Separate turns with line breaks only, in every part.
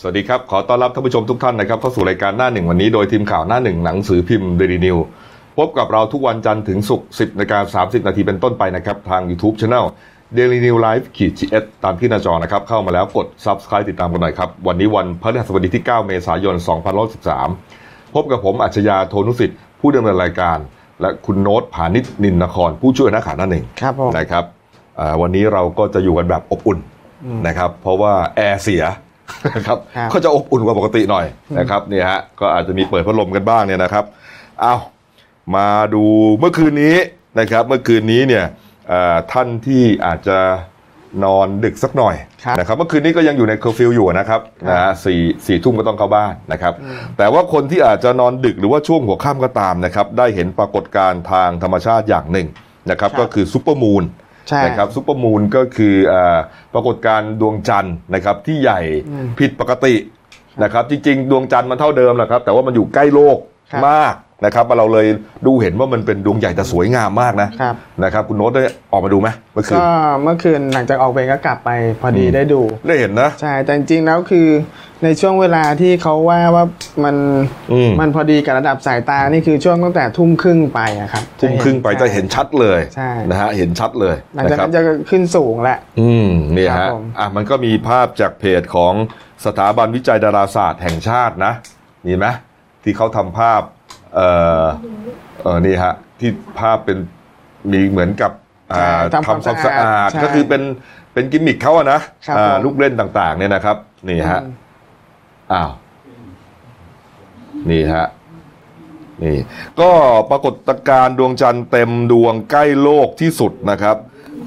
สวัสดีครับ ขอต้อนรับท่านผู้ชมทุกท่านนะครับเข้าสู่รายการหน้าหนึ่งวันนี้โดยทีมข่าวหน้าหนึ่งหนังสือพิมพ์เดลีนิวพบกับเราทุกวันจันทร์ถึงศุกร์10นาฬิกา30 นาทีเป็นต้นไปนะครับ ทาง YouTube Channel Daily New Life ขีดจีเอสตามที่หน้าจอนะครับ เข้ามาแล้วกด Subscribe ติดตามกันหน่อยครับ วันนี้วันพฤหัสบดีที่ 9 เมษายน 2013 พบกับผมอัจฉริยะโทนุสิทธิ์ผู้ดำเนินรายการ และคุณโน้ตผานิชนินนคร ผู้ช่วยนักข่าวหน้าหนึ่ง
ครับผม
นะครับอ่าวันนี้เราก็จะอยู่กันแบบอบอุ่นนะครับ เพราะว่าแอร์เสีย นะครับ
ครับ
ก็จะอบอุ่นกว่าปกติหน่อยนะครับเนี่ยฮะก็อาจจะมีเปิดพัดลมกันบ้างเนี่ยนะครับเอามาดูเมื่อคืนนี้นะครับ เมื่อคืนนี้เนี่ยเอ่อท่านที่อาจจะนอนดึกสักหน่อย
ครับ
นะครับ เมื่อคืนนี้ก็ยังอยู่ในเคอร์ฟิวอยู่นะครับนะฮะสี่สี่ทุ่มก็ต้องเข้าบ้านนะครับ แต่ว่าคนที่อาจจะนอนดึกหรือว่าช่วงหัวค่ำก็ตามนะครับ ได้เห็นปรากฏการณ์ทางธรรมชาติอย่างหนึ่งนะครับ
ครับ
ก็คือซูเปอร์มูน
ใช่
นะครับซูเปอร์มูนก็คืออาปรากฏการณ์ดวงจันทร์นะครับที่ใหญ่
อืม
ผิดปกตินะครับจริงๆ ดวงจันทร์มันเท่าเดิมแหละครับ แต่ว่ามันอยู่ใกล้โลก
ครับ
มากนะครับเราเลยดูเห็นว่ามันเป็นดวงใหญ่แต่สวยงามมากนะครับ นะครับคุณโน้ตได้ออกมาดูไหมเมื่อคืน
ก็เมื่อคืนหลังจากออกเวรก็กลับไปพอดี
อืม
ได้ดู
ได้เห็นนะ
ใช่ แต่จริงๆแล้วคือในช่วงเวลาที่เขาว่าว่ามัน
อืม
มันพอดีกับระดับสายตา นี่คือช่วงตั้งแต่ทุ่มครึ่งไปอะครับ
ทุ่มครึ่งไปจะเห็น
ใช่
ชัดเลย
ใช่
นะฮะเห็นชัดเลย
หลังจาก
ครั
นั้นจะขึ้นสูงแหละ
อืมเนี่ย
ครั
ฮะ
บผม
อ่ะมันก็มีภาพจากเพจของสถาบันวิจัยดาราศาสตร์แห่งชาตินะนี่ไหมที่เขาทำภาพเอ่อ เออนี่ฮะที่ภาพเป็นมีเหมือนกับอ่า
ใช่ทำความสะอาดใช่
ก็คือเป็นเป็นกิมมิคเขาอะนะครับ อ่า
ผม
ลูกเล่นต่างๆเนี่ยนะครับ นี่ฮะ
อืม
อ้าวนี่ฮะนี่ ก็ปรากฏการณ์ดวงจันทร์เต็มดวงใกล้โลกที่สุดนะครับ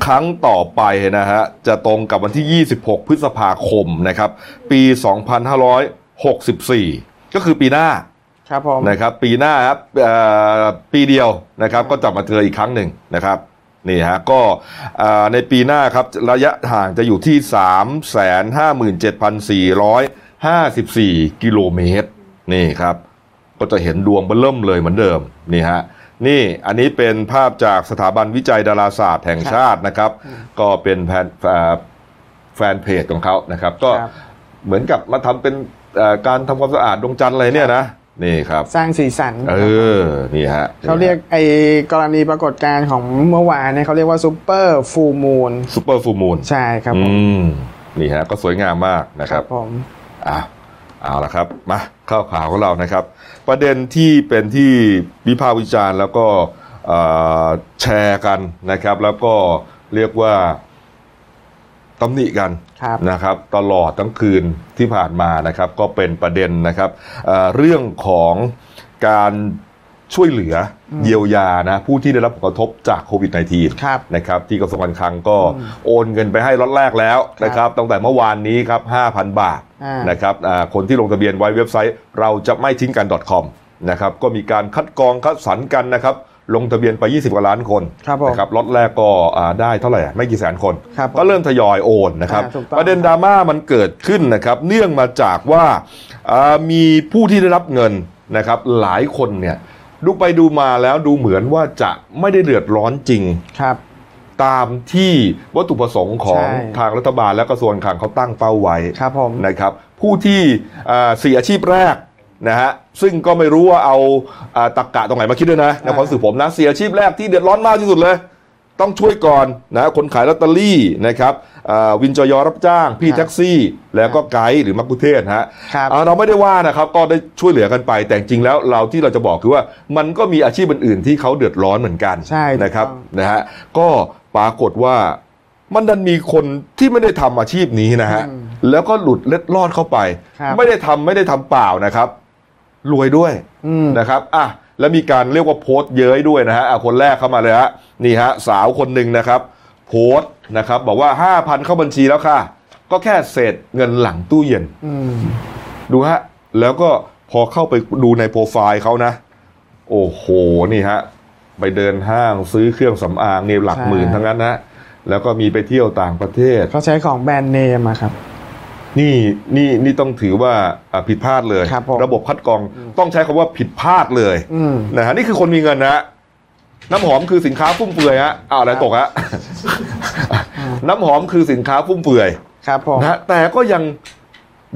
ครั้งต่อไปนะฮะจะตรงกับวันที่ 26 พฤษภาคมนะครับ ปี 2564 ก็คือปีหน้า
ครับผม
นะครับปีหน้าครับเอ่อปีเดียวนะครับก็จับมาเจออีกครั้งหนึ่งนะครับนี่ฮะก็เอ่อในปีหน้าครับระยะห่างจะอยู่ที่ 357,454 กิโลเมตรนี่ครับ ก็จะเห็นดวงเบอเริ่มเลยเหมือนเดิมนี่ฮะนี่อันนี้เป็นภาพจากสถาบันวิจัยดาราศาสตร์แห่งชาตินะครับ ก็เป็นแฟนเอ่อแฟนเพจของเขานะครับ ก็
ครับ
เหมือนกับมาทำเป็นเอ่อการทำความสะอาดดวงจันทร์อะไรเนี่ยนะนี่ครับ
สร้างสีสัน
เออ นี่ฮะ
เขาเรียกไอกรณีปรากฏการณ์ของเมื่อวานเนี่ยเขาเรียกว่าซูเปอร์ฟูมูล
ซูเปอร์ฟูมูล
ใช่ครับผ
อื
ม
ม นี่ฮะ ก็สวยงามมากนะครับ
ผม
อ่ะเอาละครับ มาข่าวข่าวของเรานะครับ ประเด็นที่เป็นที่วิพากษ์วิจารณ์แล้วก็เอ่อแชร์กันนะครับ แล้วก็เรียกว่าตำหนิกัน
ครับ
นะครับ ตลอดทั้งคืนที่ผ่านมานะครับ ก็เป็นประเด็นนะครับเอ่อเรื่องของการช่วยเหลือเยียวยานะผู้ที่ได้รับผลกระทบจากโควิด -19
ครับ
นะครับที่กระทรวงการคลังก็โอนเงินไปให้ล็อตแรกแล้วนะครับตั้งแต่เมื่อวานนี้ครับ 5,000 บาท
อ่าน
นะครับอ่าคนที่ลงทะเบียนไว้เว็บไซต์เราจะไม่ทิ้งกัน .com นะครับก็มีการคัดกรองคัดสรรกันนะครับ ลงทะเบียนไป 20 กว่าล้านคน
ครับผม
นะครับล็อตแรกก็อ่าได้เท่าไหร่อ่ะไม่กี่แสนคน
ครับผม
ก็เริ่มทยอยโอนนะครับ
อ่าถูกต้อง
ประเด็นดราม่ามันเกิดขึ้นนะครับ เนื่องมาจากว่าอ่ามีผู้ที่ได้รับเงินนะครับ หลายคนเนี่ยดูไปดูมาแล้วดูเหมือนว่าจะไม่ได้เดือดร้อนจริง
ครับ
ตามที่วัตถุประสงค์ของ
ใช่
ทางรัฐบาลและกระทรวงการคลังเขาตั้งเป้าไว้
ครับผม
นะครับ ผู้ที่เอ่อสี่อาชีพแรกนะฮะซึ่งก็ไม่รู้ว่าเอาอ่าตรกกะตรงไหนมาคิดด้วยนะในความรู้สึกผมนะสี่อาชีพแรกที่เดือดร้อนมากที่สุดเลย ต้องช่วยก่อนนะคนขายลอตเตอรี่นะครับอ่าวินจอยอรับจ้าง พี่
ครับ
แท็กซี่ แล้วก็ไกด์หรือมักคุเทศฮะ
ครับ
อ่าเราไม่ได้ว่านะครับก็ได้ช่วยเหลือกันไป แต่จริงๆแล้วเราที่เราจะบอกคือว่ามันก็มีอาชีพอื่นๆที่เขาเดือดร้อนเหมือนกัน
ใช่
นะครับ
ถูกต้อง
นะฮะก็ปรากฏว่ามันดันมีคนที่ไม่ได้ทำอาชีพนี้นะฮะ
อืม
แล้วก็หลุดเล็ดลอดเข้าไป
ครับ
ไม่ได้ทำไม่ได้ทำเปล่านะครับ รวยด้วย
อืม
นะครับอ่ะแล้วมีการเรียกว่าโพสต์เย้ยด้วยนะฮะอ่ะคนแรกเข้ามาเลยฮะนี่ฮะสาวคนหนึ่งนะครับ โพสต์นะครับ บอกว่า 5,000 เข้าบัญชีแล้วค่ะ ก็แค่เศษเงินหลังตู้เย็น
อืม
ดูฮะ แล้วก็พอเข้าไปดูในโปรไฟล์เขานะ โอ้โห นี่ฮะ ไปเดินห้างซื้อเครื่องสำอางเนี่ยหลัก
ใช่
หมื่นทั้งนั้นนะแล้วก็มีไปเที่ยวต่างประเทศ
เขาใช้ของแบรนด์เนมอะครับ
นี่นี่นี่ต้องถือว่าอ่ะผิดพลาดเลย
ครับผม
ระบบคัดกรองต้องใช้คำว่าผิดพลาดเลย
อืม
นะฮะนี่คือคนมีเงินนะฮะน้ำหอมคือสินค้าฟุ่มเฟือยฮะอ้าวอะไรตกฮะ น้ำหอมคือสินค้าฟุ่มเฟือย
ครับผม
นะฮะแต่ก็ยัง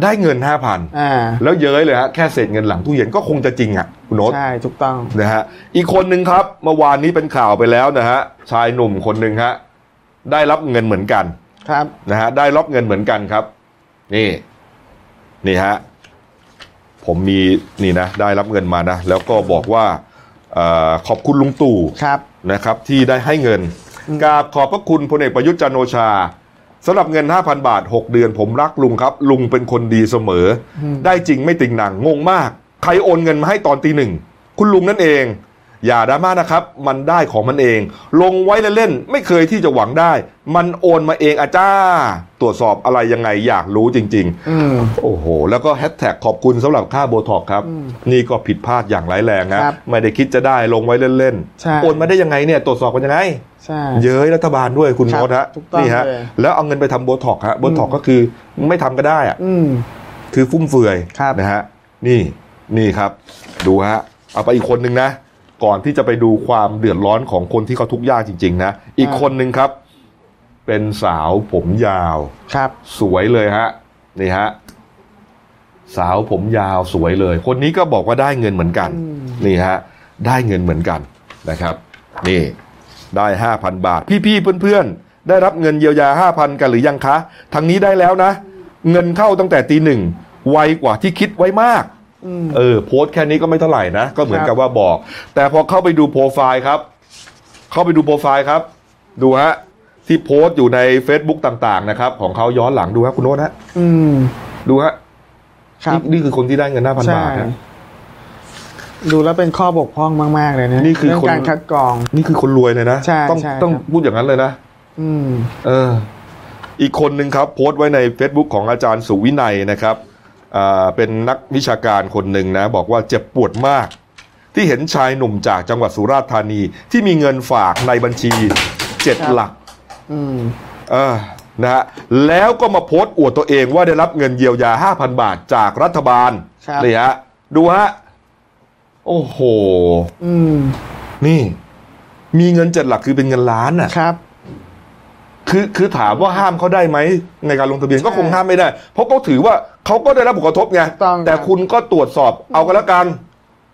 ได้เงินห้าพัน
อ่า
แล้วเย้ยเลยฮะแค่เศษเงินหลังตู้เย็นก็คงจะจริงอ่ะคุณโน้ต
ใช่ถูกต้อง
นะฮะอีกคนหนึ่งครับเมื่อวานนี้เป็นข่าวไปแล้วนะฮะชายหนุ่มคนหนึ่งฮะได้รับเงินเหมือนกัน
ครับ
นะฮะได้รับเงินเหมือนกันครับ นี่นี่ฮะผมมีนี่นะได้รับเงินมานะแล้วก็บอกว่าเออขอบคุณลุงตู่
ครับ
นะครับที่ได้ให้เงินกราบขอบพระคุณพลเอกประยุทธ์จันทร์โอชาสำหรับเงิน 5,000 บาท 6 เดือน ผมรักลุงครับ ลุงเป็นคนดีเสมอ
อืม
ได้จริงไม่ติงหนังงงมาก ใครโอนเงินมาให้ตอนตีหนึ่ง คุณลุงนั่นเอง อย่าดราม่านะครับ มันได้ของมันเอง ลงไว้เล่นๆไม่เคยที่จะหวังได้ มันโอนมาเองอาจ้า ตรวจสอบอะไรยังไงอยากรู้จริง
อืม
ๆ โอ้โห แล้วก็แฮชแท็กขอบคุณสำหรับค่าโบท็อกซ์ครับ
อืม
นี่ก็ผิดพลาดอย่างร้ายแรงนะครับ ไม่ได้คิดจะได้ลงไว้เล่น
ใช่
ๆโอนมาได้ยังไงเนี่ยตรวจสอบกันยังไง
ใช่
เย้ยรัฐบาลด้วยคุณ
ครั
โน้
บ
ตฮะ
ถูกต้อง
นี่ฮะ
เลย
แล้วเอาเงินไปทำโบท็อกซ์ฮะโบท็อกซ์ก็คือไม่ทำก็ได้อะ
อืม
คือฟุ่มเฟือย
ครับ
นะฮะนี่นี่ครับ ดูฮะเอาไปอีกคนนึงนะ ก่อนที่จะไปดูความเดือดร้อนของคนที่เขาทุกข์ยากจริง ๆ นะ อีกคนนึงครับ เป็นสาวผมยาว
ครับ
สวยเลยฮะนี่ฮะสาวผมยาวสวยเลย คนนี้ก็บอกว่าได้เงินเหมือนกัน
อืม
นี่ฮะได้เงินเหมือนกันนะครับ นี่ได้ห้าพันบาท พี่ๆเพื่อนๆ ได้รับเงินเยียวยาห้าพันกันหรือยังคะทางนี้ได้แล้วนะ เงินเข้าตั้งแต่ตีหนึ่งไวกว่าที่คิดไว้มาก
อืม
เออโพสต์แค่นี้ก็ไม่เท่าไหร่นะ ก็เหมือนกับว่าบอก แต่พอเข้าไปดูโปรไฟล์ครับ เข้าไปดูโปรไฟล์ครับ ดูฮะที่โพสต์อยู่ใน Facebook ต่างๆนะครับ ของเขาย้อนหลังดูฮะคุณโน้ตฮะ
อืม
ดูฮะ
ครับ
นี่นี่คือคนที่ได้เงินห้าพัน
ใช่
บาทนะ
ดูแล้วเป็นข้อบกพร่องมาก ๆ เลยนะ
นี่คือ
เรื่
คน
การคัดกรอง
นี่คือคนรวยเลยนะ
ใช่
ต้อง
ใช่
ต้อง
ครับ
พูดอย่างนั้นเลยนะ
อืม
เอออีกคนหนึ่งครับ โพสต์ไว้ใน Facebook ของอาจารย์สุวินัยนะครับอ่าเป็นนักวิชาการคนหนึ่งนะ บอกว่าเจ็บปวดมาก ที่เห็นชายหนุ่มจากจังหวัดสุราษฎร์ธานี ที่มีเงินฝากในบัญชีเจ็ด
ครับ
หลัก
อืม
เออนะฮะแล้วก็มาโพสต์อวดตัวเองว่าได้รับเงินเยียวยา 5,000 บาทจากรัฐบาล
ครับ
นี่ฮะดูฮะ โอ้โห
อืม
นี่ มีเงินเจ็ดหลักคือเป็นเงินล้านอ่ะ
ครับ
คือคือถามว่าห้ามเขาได้ไหมในการลงทะเบียนก็คง
ใช่
ห้ามไม่ได้ เพราะเขาถือว่าเขาก็ได้รับผลกระทบไง
ถูกต้อง
แต่
ครับ
คุณก็ตรวจสอบเอากันละกัน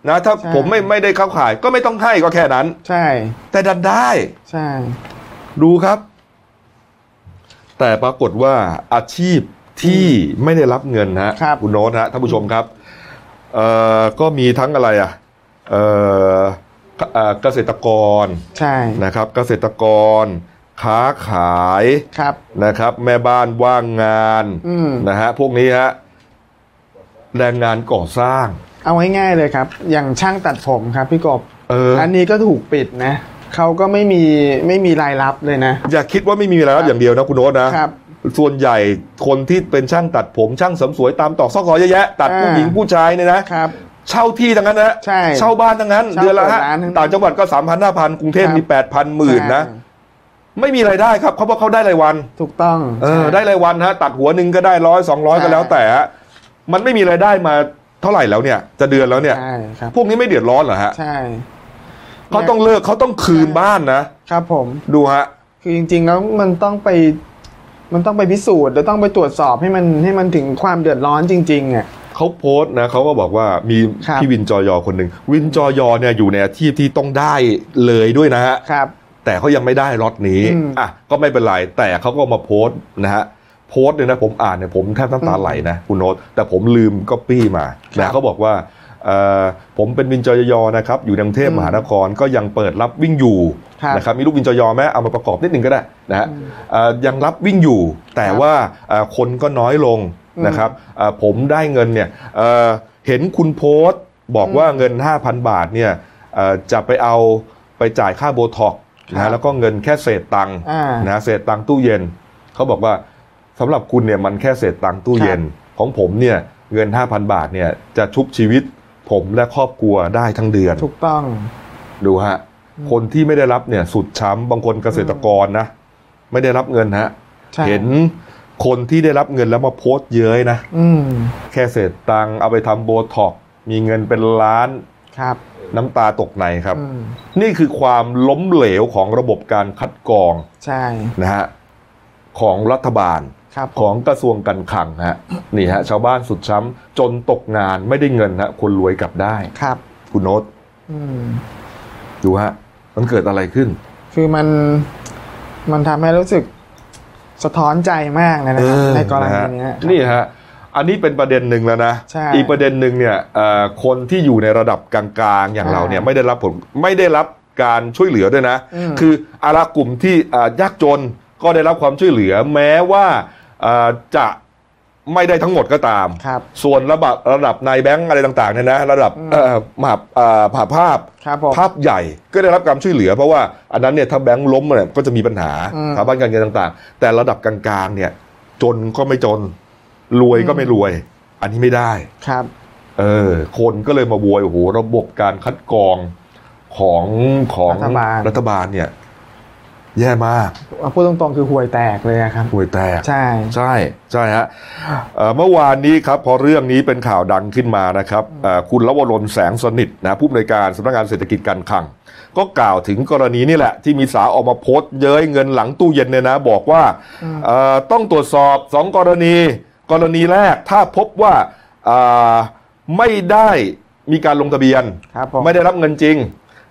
นะถ้า
ใช่
ผมไม่ไม่ได้เข้าข่าย ก็ไม่ต้องให้ก็แค่นั้น
ใช่
แต่ดันได้
ใช่
ดูครับ แต่ปรากฏว่าอาชีพที่ไม่ได้รับเงินฮะ
ครับ
ณโน้ตฮะท่านผู้ชมครับเอ่อก็มีทั้งอะไรอ่ะเอ่อเอ่อเกษตรกร
ใช่
นะครับ เกษตรกร ค้าขาย
ครับ
นะครับแม่บ้านว่างงาน
อืม
นะฮะพวกนี้ฮะแรงงานก่อสร้าง
เอาง่ายๆเลยครับ อย่างช่างตัดผมครับพี่กบ
เออ
อันนี้ก็ถูกปิดนะ เขาก็ไม่มีไม่มีรายรับเลยนะ
อย่าคิดว่าไม่มีรายรับอย่างเดียวนะคุณโน้ตนะ
ครับ
ส่วนใหญ่คนที่เป็นช่างตัดผมช่างเสริมสวยตามตอกซอกซอยเยอะแยะตัด
อ่า
ผู้หญิงผู้ชายเนี่ยนะครับ เช่าที่ทั้งนั้นนะ
ใช่
เช่าบ้านทั้งนั้น
เช่า
เดือนละฮะ
เปิดร้านทั้งนั้น
ต่างจังหวัดก็สามพันห้าพันกรุงเทพ
ครับ
มีแปดพันหมื่นนะ
ใช่
ไม่มีรายได้ครับเขาบอกเขาได้รายวัน
ถูกต้อง
เออ
ใช่
ได้รายวันฮะตัดหัวหนึ่งก็ได้ร้อยสองร้อย
ใช่
ก็แล้วแต่ฮะมันไม่มีรายได้มาเท่าไหร่แล้วเนี่ย จะเดือนแล้วเนี่ย
ใช่ครับ
พวกนี้ไม่เดือดร้อนเหรอฮะ
ใช่
เขาต้องเลิกเขาต้องคืนบ้านนะ
ครับผม
ดูฮะ
คือจริงๆแล้วมันต้องไป มันต้องไปพิสูจน์แล้วต้องไปตรวจสอบให้มันให้มันถึงความเดือดร้อนจริงๆอ่ะ
เขาโพสต์นะเขาก็บอกว่ามี
ครับ
พี่วินจอยอคนหนึ่งวินจอยอเนี่ยอยู่ในอาชีพที่ต้องได้เลยด้วยนะฮะ
ครับ
แต่เขายังไม่ได้ล็อตนี้
อืม
อ่ะก็ไม่เป็นไร แต่เขาก็มาโพสต์นะฮะโพสต์เนี่ยนะผมอ่านเนี่ยผมแทบน้ำตาไหลนะคุณโน้ตแต่ผมลืมก๊อปปี้มา
ครั
นะ
บ
เขาบอกว่าเอ่อผมเป็นวินจอยยอนะครับอยู่ในกรุงเทพ
อืม
มหานครก็ยังเปิดรับวิ่งอยู่
ครับ
นะครับมีรูปวินจอยอไหมเอามาประกอบนิดหนึ่งก็ได้นะฮะเอ่อยังรับวิ่งอยู่ แต่
ครับ
ว่าเอ่อคนก็น้อยลง
อืม
นะครับเอ่อผมได้เงินเนี่ยเอ่อเห็นคุณโพสต์ บอกว่าเงิน 5,000 บาทเนี่ยเอ่อจะไปเอาไปจ่ายค่าโบท็อกซ์นะ
ครั
ฮะ
บ
แล้ว ก็เงินแค่เศษตังค์
อ่า
นะเศษตังค์ตู้เย็น เขาบอกว่าสำหรับคุณเนี่ยมันแค่เศษตังค์ตู้เย็น ของผมเนี่ยเงิน 5,000 บาทเนี่ยจะชุบชีวิต ผมและครอบครัวได้ทั้งเดือน
ถูกต้อง
ดูฮะ คนที่ไม่ได้รับเนี่ยสุดช้ำบางคนเกษตรกรนะ ไม่ได้รับเงินฮะ
ใช่
เห็นคนที่ได้รับเงินแล้วมาโพสต์เย้ยนะ
อืม
แค่เศษตังค์เอาไปทำโบท็อกซ์มีเงินเป็นล้าน
ครับ
น้ำตาตกในครับ
อืม
นี่คือความล้มเหลวของระบบการคัดกรอง
ใช่
นะฮะของรัฐบาล
ครับ
ของกระทรวงการคลังฮะนี่ฮะชาวบ้านสุดช้ำจนตกงานไม่ได้เงินฮะคนรวยกลับได้
ครับ
คุณโน้ต
อืม
ดูฮะมันเกิดอะไรขึ้น
คือมันมันทำให้รู้สึกสะท้อนใจมากเลยนะครับ
เออ
ในกรณี
ะ
เนี้ย
ฮะนี่ฮะ อันนี้เป็นประเด็นหนึ่งแล้วนะ
ใช่
อีกประเด็นหนึ่งเนี่ยเอ่อคนที่อยู่ในระดับกลางๆ อย่าง
อ่า
เราเนี่ยไม่ได้รับผลไม่ได้รับการช่วยเหลือด้วยนะ
อืม
คืออาระกลุ่มที่อ่ายากจนก็ได้รับความช่วยเหลือ แม้ว่าอ่าจะไม่ได้ทั้งหมดก็ตาม
ครับ
ส่วนระดับระดับนายแบงก์อะไรต่างๆเนี่ยนะ ระดับ
อืม
เอ่อมหาเอ่อผ่าภาพ
ครับผม
ภาพใหญ่ก็ได้รับการช่วยเหลือเพราะว่าอันนั้นเนี่ยถ้าแบงค์ล้มเนี่ยก็จะมีปัญหา
อืม
สถาบันการเงินต่างๆ แต่ระดับกลางๆ เนี่ย จนก็ไม่จน รวยก็
อืม
ไม่รวย อันนี้ไม่ได้
ครับ
เออ คนก็เลยมาบวยโอ้โหระบบการคัดกรองของของ
รัฐบาล
รัฐบาลเนี่ย แย่มาก
เอาพูดตรงๆคือห่วยแตกเลยอะครับ
ห่วยแตก
ใช่
ใช่ใช่ฮะเอ่อเมื่อวานนี้ครับพอเรื่องนี้เป็นข่าวดังขึ้นมานะครับเอ่อคุณลวรนแสงสนิทนะผู้อำนวยการสำนักงานเศรษฐกิจการคลัง ก็กล่าวถึงกรณีนี่แหละ ที่มีสาวออกมาโพสต์เย้ยเงินหลังตู้เย็นเนี่ยนะ บอกว่า
อืม
เอ่อต้องตรวจสอบสองกรณี กรณีแรกถ้าพบว่าเอ่อไม่ได้มีการลงทะเบียน
ครับผม
ไม่ได้รับเงินจริง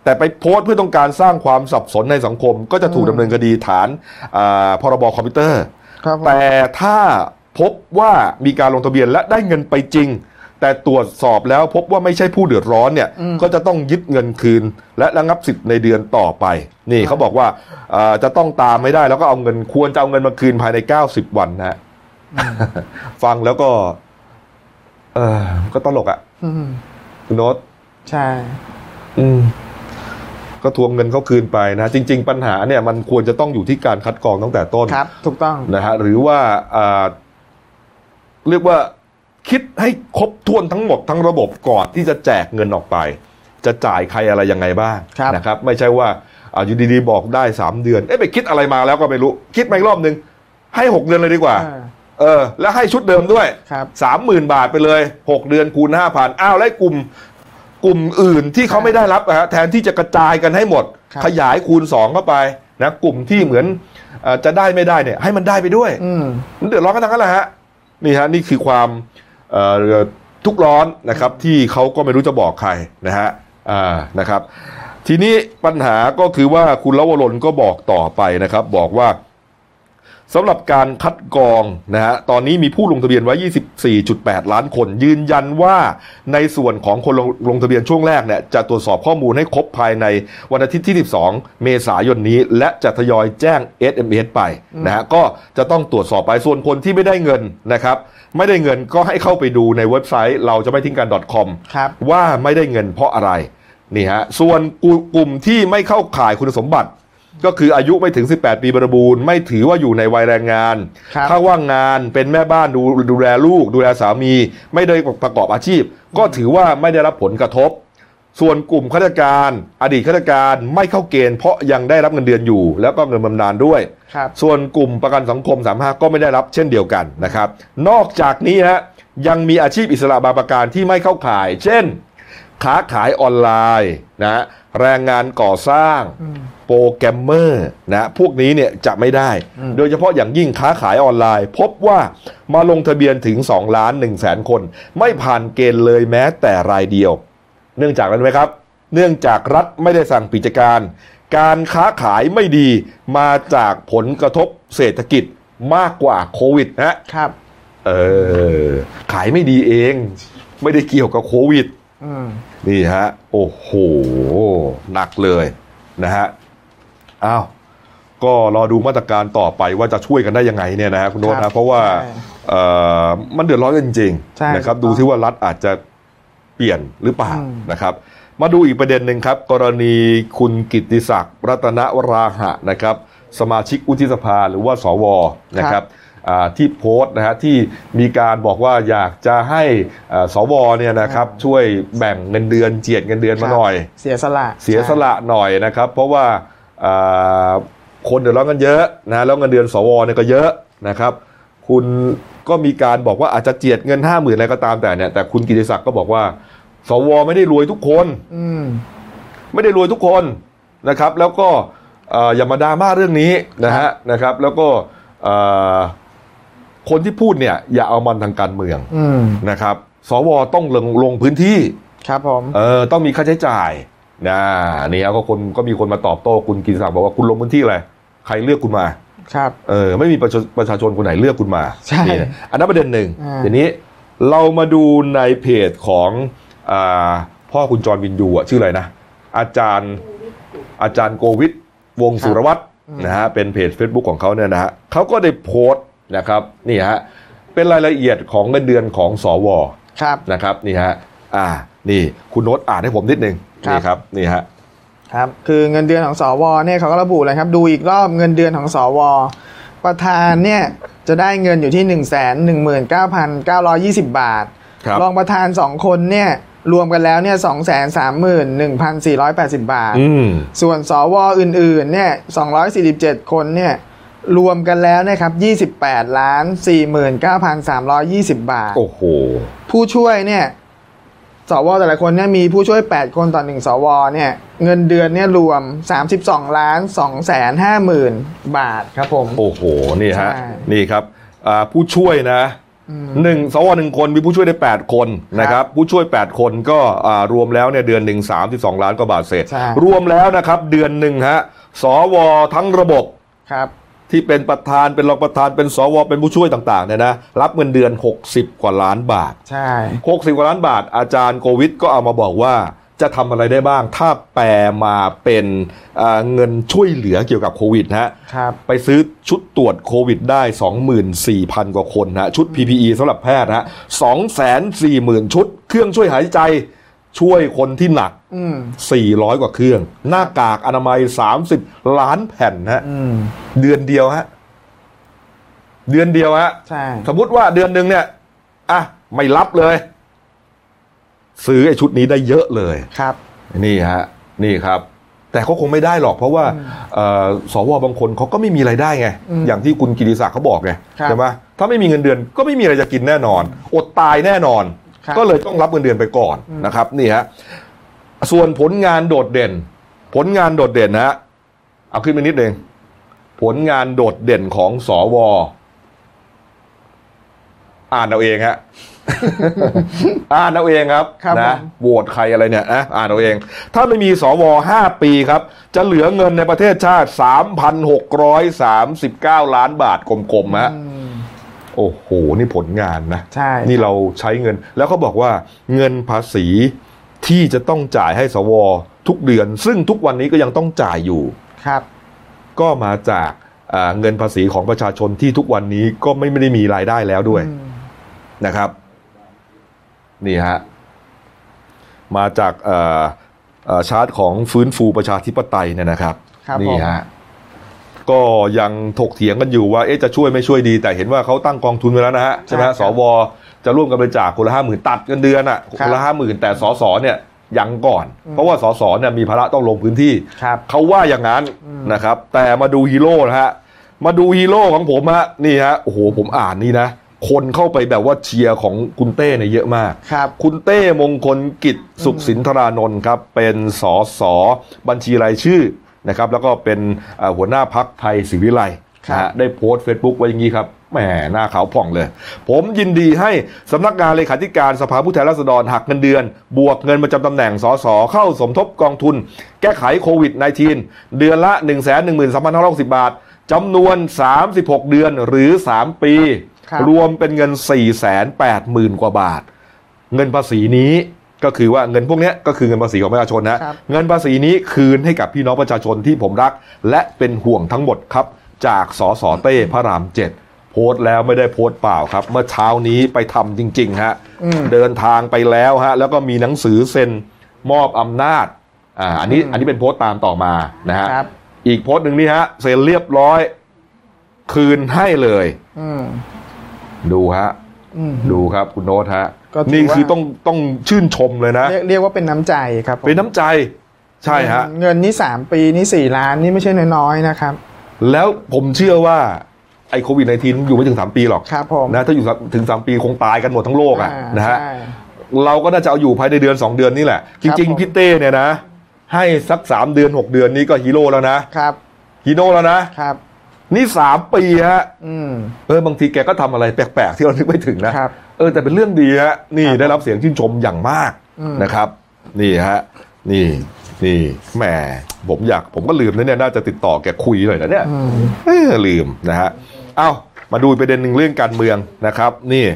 แต่ไปโพสต์เพื่อต้องการสร้างความสับสนในสังคม ก็จะถูกดำเนินคดีฐานเอ่อพรบคอมพิวเตอร์
ครับผม
แต่ถ้าพบว่ามีการลงทะเบียนและได้เงินไปจริง แต่ตรวจสอบแล้วพบว่าไม่ใช่ผู้เดือดร้อนเนี่ยก็จะต้องยึดเงินคืน และระงับสิทธิ์ในเดือนต่อไป นี่เขาบอกว่าเอ่อจะต้องตามไม่ได้แล้วก็เอาเงินควรจะเอาเงินมาคืนภายใน 90 วันนะฮะฟังแล้วก็ เออก็ตลกอะ่ะ
อืม
คุณโน้ต
ใช่
อืมก็ทวงเงินเขาคืนไปนะ จริง ๆ ปัญหาเนี่ยมันควรจะต้องอยู่ที่การคัดกรองตั้งแต่ต้น
ครับ ถูกต้อง
นะฮะหรือว่าอ่าเรียกว่าคิดให้ครบถ้วนทั้งหมดทั้งระบบก่อนที่จะแจกเงินออกไป จะจ่ายใครอะไรยังไงบ้าง
ครับ
นะครับ ไม่ใช่ว่าอาอยู่ดีๆบอกได้สามเดือนเอ๊ะไปคิดอะไรมาแล้วก็ไม่รู้ คิดมาอีกรอบนึง ให้หกเดือนเลยดีกว่า
เออ
เออ แล้วให้ชุดเดิมด้วย
ครับ
สามหมื่นบาทไปเลยหกเดือนคูณห้าพันอ้าวแล้วไอ้กลุ่ม กลุ่มอื่นที่เขาไม่ได้รับอะฮะแทนที่จะกระจายกันให้หมด
ครับ
ขยายคูณสองเข้าไปนะกลุ่มที่เหมือนเอ่อจะได้ไม่ได้เนี่ย ให้มันได้ไปด้วย
อืม
มันเดือดร้อนกันทั้งนั้นแหละฮะนี่ฮะนี่คือความเอ่อทุกข์ร้อนนะครับที่เขาก็ไม่รู้จะบอกใครนะฮะอ่านะครับ ทีนี้ปัญหาก็คือว่าคุณลวรนก็บอกต่อไปนะครับ บอกว่าสำหรับการคัดกรองนะฮะตอนนี้มีผู้ลงทะเบียนไว้ 24.8 ล้านคน ยืนยันว่าในส่วนของคนลงลงทะเบียนช่วงแรกเนี่ยจะตรวจสอบข้อมูลให้ครบภายในวันอาทิตย์ที่ 12 เมษายนนี้ และจะทยอยแจ้ง SMS ไปนะฮะก็จะต้องตรวจสอบไปส่วนคนที่ไม่ได้เงินนะครับ ไม่ได้เงินก็ให้เข้าไปดูในเว็บไซต์เราจะไม่ทิ้งกัน .com
ครับ
ว่าไม่ได้เงินเพราะอะไรนี่ฮะส่วนกลุ่มที่ไม่เข้าข่ายคุณสมบัติ ก็คืออายุไม่ถึง 18 ปีบริบูรณ์ไม่ถือว่าอยู่ในวัยแรงงาน
ครับ
ถ้าว่างงานเป็นแม่บ้านดูดูแลลูก ดูแลสามี ไม่ได้ประกอบอาชีพ ก็ถือว่าไม่ได้รับผลกระทบ ส่วนกลุ่มข้าราชการ อดีตข้าราชการไม่เข้าเกณฑ์เพราะยังได้รับเงินเดือนอยู่ แล้วก็เงินบำนาญด้วย
ครับ
ส่วนกลุ่มประกันสังคม 35 ก็ไม่ได้รับเช่นเดียวกันนะครับ นอกจากนี้ฮะยังมีอาชีพอิสระบางประการที่ไม่เข้าข่าย เช่น ค้าขายออนไลน์นะแรงงานก่อสร้าง
อืม
โปรแกรมเมอร์นะพวกนี้เนี่ยจะไม่ได้
อืม
โดยเฉพาะอย่างยิ่งค้าขายออนไลน์ พบว่ามาลงทะเบียนถึง 2 ล้าน1แสนคน ไม่ผ่านเกณฑ์เลยแม้แต่รายเดียว เนื่องจากอะไรรู้ไหมครับ เนื่องจากรัฐไม่ได้สั่งปิดการ การค้าขายไม่ดีมาจากผลกระทบเศรษฐกิจมากกว่าโควิดนะฮะ
ครับ
เออขายไม่ดีเอง ไม่ได้เกี่ยวกับโควิด
อืม
นี่ฮะ โอ้โห หนักเลยนะฮะอ้าวก็รอดูมาตรการต่อไปว่าจะช่วยกันได้ยังไงเนี่ยนะฮะคุณโน้ต
ครั
นะ
บ
เพราะว่า
ใช่
เอ่อมันเดือดร้อนกันจริง
ใช่
ๆนะครับ
ถูกต้อง
ดูที่ว่ารัฐอาจจะเปลี่ยนหรือเปล่า
อืม
นะครับ มาดูอีกประเด็นหนึ่งครับ กรณีคุณกิตติศักดิ์รัตนวราหะนะครับ สมาชิกวุฒิสภาหรือว่าสวนะครับ อ่าที่โพสต์นะฮะที่มีการบอกว่าอยากจะให้อ่าสวเนี่ยนะครับช่วยแบ่งเงินเดือนเจียดเงินเดือน
ครั
มา
บ
หน่อย
เสียสละ
เสียสละหน่อยนะครับ เพราะว่าอ่าคนเดือดร้อนกันเยอะนะแล้วเงินเดือนสวเนี่ยก็เยอะนะครับ คุณก็มีการบอกว่าอาจจะเจียดเงินห้าหมื่นอะไรก็ตามแต่เนี่ยแต่คุณกิติศักดิ์ก็บอกว่า สวไม่ได้รวยทุกคน
อืม
ไม่ได้รวยทุกคนนะครับ แล้วก็เอ่ออย่ามาดราม่าเรื่องนี้นะฮะนะครับ แล้วก็เอ่อ คนที่พูดเนี่ยอย่าเอามันทางการเมือง
อืม
นะครับ สวต้องลงลงพื้นที่
ครับผม
เออต้องมีค่าใช้จ่ายนะเนี่ยก็คนก็มีคนมาตอบโต้คุณกินศักดิ์บอกว่าคุณลงพื้นที่อะไรใครเลือกคุณมา
ครับ
เออไม่มีประชาประชาชนคนไหนเลือกคุณมา
ใช่
นี่นะอันนั้นประเด็นหนึ่ง
อ่า
ทีนี้เรามาดูในเพจของอาพ่อคุณจรวินยูอะชื่ออะไรนะ อาจารย์อาจารย์โกวิทวงศ์สุรวัตรนะฮะเป็นเพจ Facebook ของเขาเนี่ยนะฮะเขาก็ได้โพสต์นะครับนี่ฮะเป็นรายละเอียดของเงินเดือนของสว
ครับ
นะครับนี่ฮะอ่า นี่คุณโน้ตอ่านให้ผมนิดนึง
ครับ
นี่ครับนี่ฮะ
ครับ คือเงินเดือนของสวเนี่ยเขาก็ระบุเลยครับ ดูอีกรอบเงินเดือนของสว ประธานเนี่ยจะได้เงินอยู่ที่ 1 1 9 9 2 0 บาท
ครับ
องประธาน 2 คนเนี่ยรวมกันแล้วเนี่ย2 3 1 4 8 0 บาท
อืม
ส่วนสวอื่นๆเนี่ย247 คนเนี่ยรวมกันแล้วเนะครับ28ล้าน49,320 บาท
โอ้โห
ผู้ช่วยเนี่ยสวแต่ละคนเนี่ยมีผู้ช่วย 8 คนต่อหนึ่งสวเนี่ยเงินเดือนเนี่ยรวม 32ล้าน2แสนห้าหมื่นบาทครับผม
โอ้โห นี่ฮะ
ใช่
นี่ครับอ่าผู้ช่วยนะหนึ่งสวหนึ่งคนมีผู้ช่วยได้ 8 คนนะครับ ผู้ช่วย 8 คนก็อ่ารวมแล้วเนี่ยเดือนหนึ่งสามสิบสองล้านกว่าบาทเศษ
ใช่
รวมแล้วนะครับเดือนหนึ่งฮะสวทั้งระบบ
ครับ
ที่เป็นประธานเป็นรองประธานเป็นสวเป็นผู้ช่วยต่างๆเนี่ยนะรับเงินเดือน 60 กว่าล้านบาท
ใช่
60กว่าล้านบาท อาจารย์โควิดก็เอามาบอกว่าจะทำอะไรได้บ้าง ถ้าแปลมาเป็นเอ่อเงินช่วยเหลือเกี่ยวกับโควิดนะฮะ
ครับ
ไปซื้อชุดตรวจโควิดได้ 24,000 กว่าคนนะฮะ ชุด PPE สำหรับแพทย์นะฮะ240,000 ชุด เครื่องช่วยหายใจ ช่วยคนที่หนัก
อืม
400 กว่าเครื่อง หน้ากากอนามัย 30 ล้านแผ่นนะฮะ
อืม
เดือนเดียวฮะ เดือนเดียวฮะ
ใช่
สมมติว่าเดือนหนึ่งเนี่ย อ่ะ ไม่รับเลย ซื้อไอ้ชุดนี้ได้เยอะเลย
ครับ
นี่ฮะ นี่ครับ แต่เขาคงไม่ได้หรอกเพราะว่าเอ่อสวบางคนเขาก็ไม่มีไรายได้ไง
อืม
อย่างที่คุณกิติศักดิ์เขาบอกไง
ครับ
ใช่ไหมถ้าไม่มีเงินเดือนก็ไม่มีอะไรจะกินแน่นอน อดตายแน่นอน
ครับ
ก็เลยต้องรับเงินเดือนไปก่อนนะครับ นี่ฮะ ส่วนผลงานโดดเด่น ผลงานโดดเด่นนะฮะเอาขึ้นมานิดเองผลงานโดดเด่นของสวอ่านเอาเอง ฮะ อ่านเอาเองครับ
ครับผ
นะ
ม
โหวตใครอะไรเนี่ยนะอ่านเอาเอง ถ้าไม่มีสวห้าปีครับ จะเหลือเงินในประเทศชาติ 3,639 ล้านบาทกลมๆฮะ
อืม
โอ้โห นี่ผลงานนะ
ใช่
นี่เราใช้เงิน แล้วเขาบอกว่าเงินภาษีที่จะต้องจ่ายให้สว ทุกเดือน ซึ่งทุกวันนี้ก็ยังต้องจ่ายอยู่
ครับ
ก็มาจากอ่าเงินภาษีของประชาชนที่ทุกวันนี้ก็ไม่ไม่ได้มีรายได้แล้วด้วย
อืม
นะครับ นี่ฮะ มาจากเอ่อเอ่อชาร์ตของฟื้นฟูประชาธิปไตยเนี่ยนะครับ
ครับผ
นี่
ม
ฮะก็ยังถกเถียงกันอยู่ว่าเอ๊ะจะช่วยไม่ช่วยดี แต่เห็นว่าเขาตั้งกองทุนไว้แล้วนะฮะใช่ไหมฮะสวจะร่วมกันบริจาคคนละห้าหมื่นตัดเงินเดือนอ่ะคนละห้าหมื่นแต่สสเนี่ยยังก่อน เพราะว่าสสเนี่ยมีภาระต้องลงพื้นที่
ครับ
เขาว่าอย่างนั้นนะครับ แต่มาดูฮีโร่นะฮะมาดูฮีโร่ของผมฮะนี่ฮะโอ้โหผมอ่านนี่นะ คนเข้าไปแบบว่าเชียร์ของคุณเต้เนี่ยเยอะมาก
ครับ
คุณเต้มงคลกิจสุขสินธารานนท์ครับ เป็นสสบัญชีรายชื่อนะครับ แล้วก็เป็นเอ่อหัวหน้าพักไทยศิวิไลย์
ครับ
นะฮะได้โพสต์ Facebook ไว้อย่างนี้ครับแหมหน้าขาวผ่องเลย ผมยินดีให้สำนักงานเลขาธิการสภาผู้แทนราษฎรหักเงินเดือน บวกเงินประจำตำแหน่งสสเข้าสมทบกองทุน แก้ไขโควิด -19 เดือนละ 1 1 3 5 6 0 บาทจำนวน 36 เดือนหรือ 3 ปี
ครับ
รวมเป็นเงิน 480,000 กว่าบาท เงินภาษีนี้ก็คือว่าเงินพวกเนี้ยก็คือเงินภาษีของประชาชนนะ
ครับ
เงินภาษีนี้คืนให้กับพี่น้องประชาชนที่ผมรัก และเป็นห่วงทั้งหมดครับ จากสสเต้พระรามเจ็ดโพสต์แล้วไม่ได้โพสต์เปล่าครับ เมื่อเช้านี้ไปทำจริง ๆ ฮะ เดินทางไปแล้วฮะ แล้วก็มีหนังสือเซ็นมอบอำนาจอ่าอันนี้อันนี้เป็นโพสต์ตามต่อมานะฮะ
ครับ
อีกโพสต์หนึ่งนี่ฮะเซ็นเรียบร้อยคืนให้เลย
อืม
ดูฮะ
อืม
ดูครับคุณโน้ตฮะ
ก็ถือว่านี่
นี่คือต้องต้องชื่นชมเลยนะ
เรียกเรียกว่าเป็นน้ำใจครับผม
เป็นน้ำใจใช่ฮะ
เงินนี่สามปีนี่สี่ล้านนี่ไม่ใช่น้อยๆนะครับ
แล้วผมเชื่อว่า ไอ้โควิด -19 อยู่ไม่ถึง 3 ปีหรอก
ครับผม
นะถ้าอยู่ถึง 3 ปีคงตายกันหมดทั้งโลกอ่ะ
อ่า
นะฮะ
ใช่
เราก็น่าจะเอาอยู่ภายในเดือน 2 เดือนนี่แหละ จริง
ผม
ๆพี่เต้เนี่ยนะ ให้สัก 3 เดือน 6 เดือนนี้ก็ฮีโร่แล้วนะครับ ฮีโร่แล้วนะ
ครับ
นี่สามปีฮะ
อืม
เออบางทีแกก็ทำอะไรแปลกๆ ที่เรานึกไม่ถึงนะครับ เออแต่เป็นเรื่องดีฮะนี่ได้รับเสียงชื่นชมอย่างมาก
อืม
นะครับ นี่ฮะนี่นี่แหมผมอยากผมก็ลืมนะเนี่ยน่าจะติดต่อแกคุยหน่อยนะเนี่ย
อืม
เออลืมนะฮะเอ้ามาดูประเด็นหนึ่งเรื่องการเมืองนะครับ นี่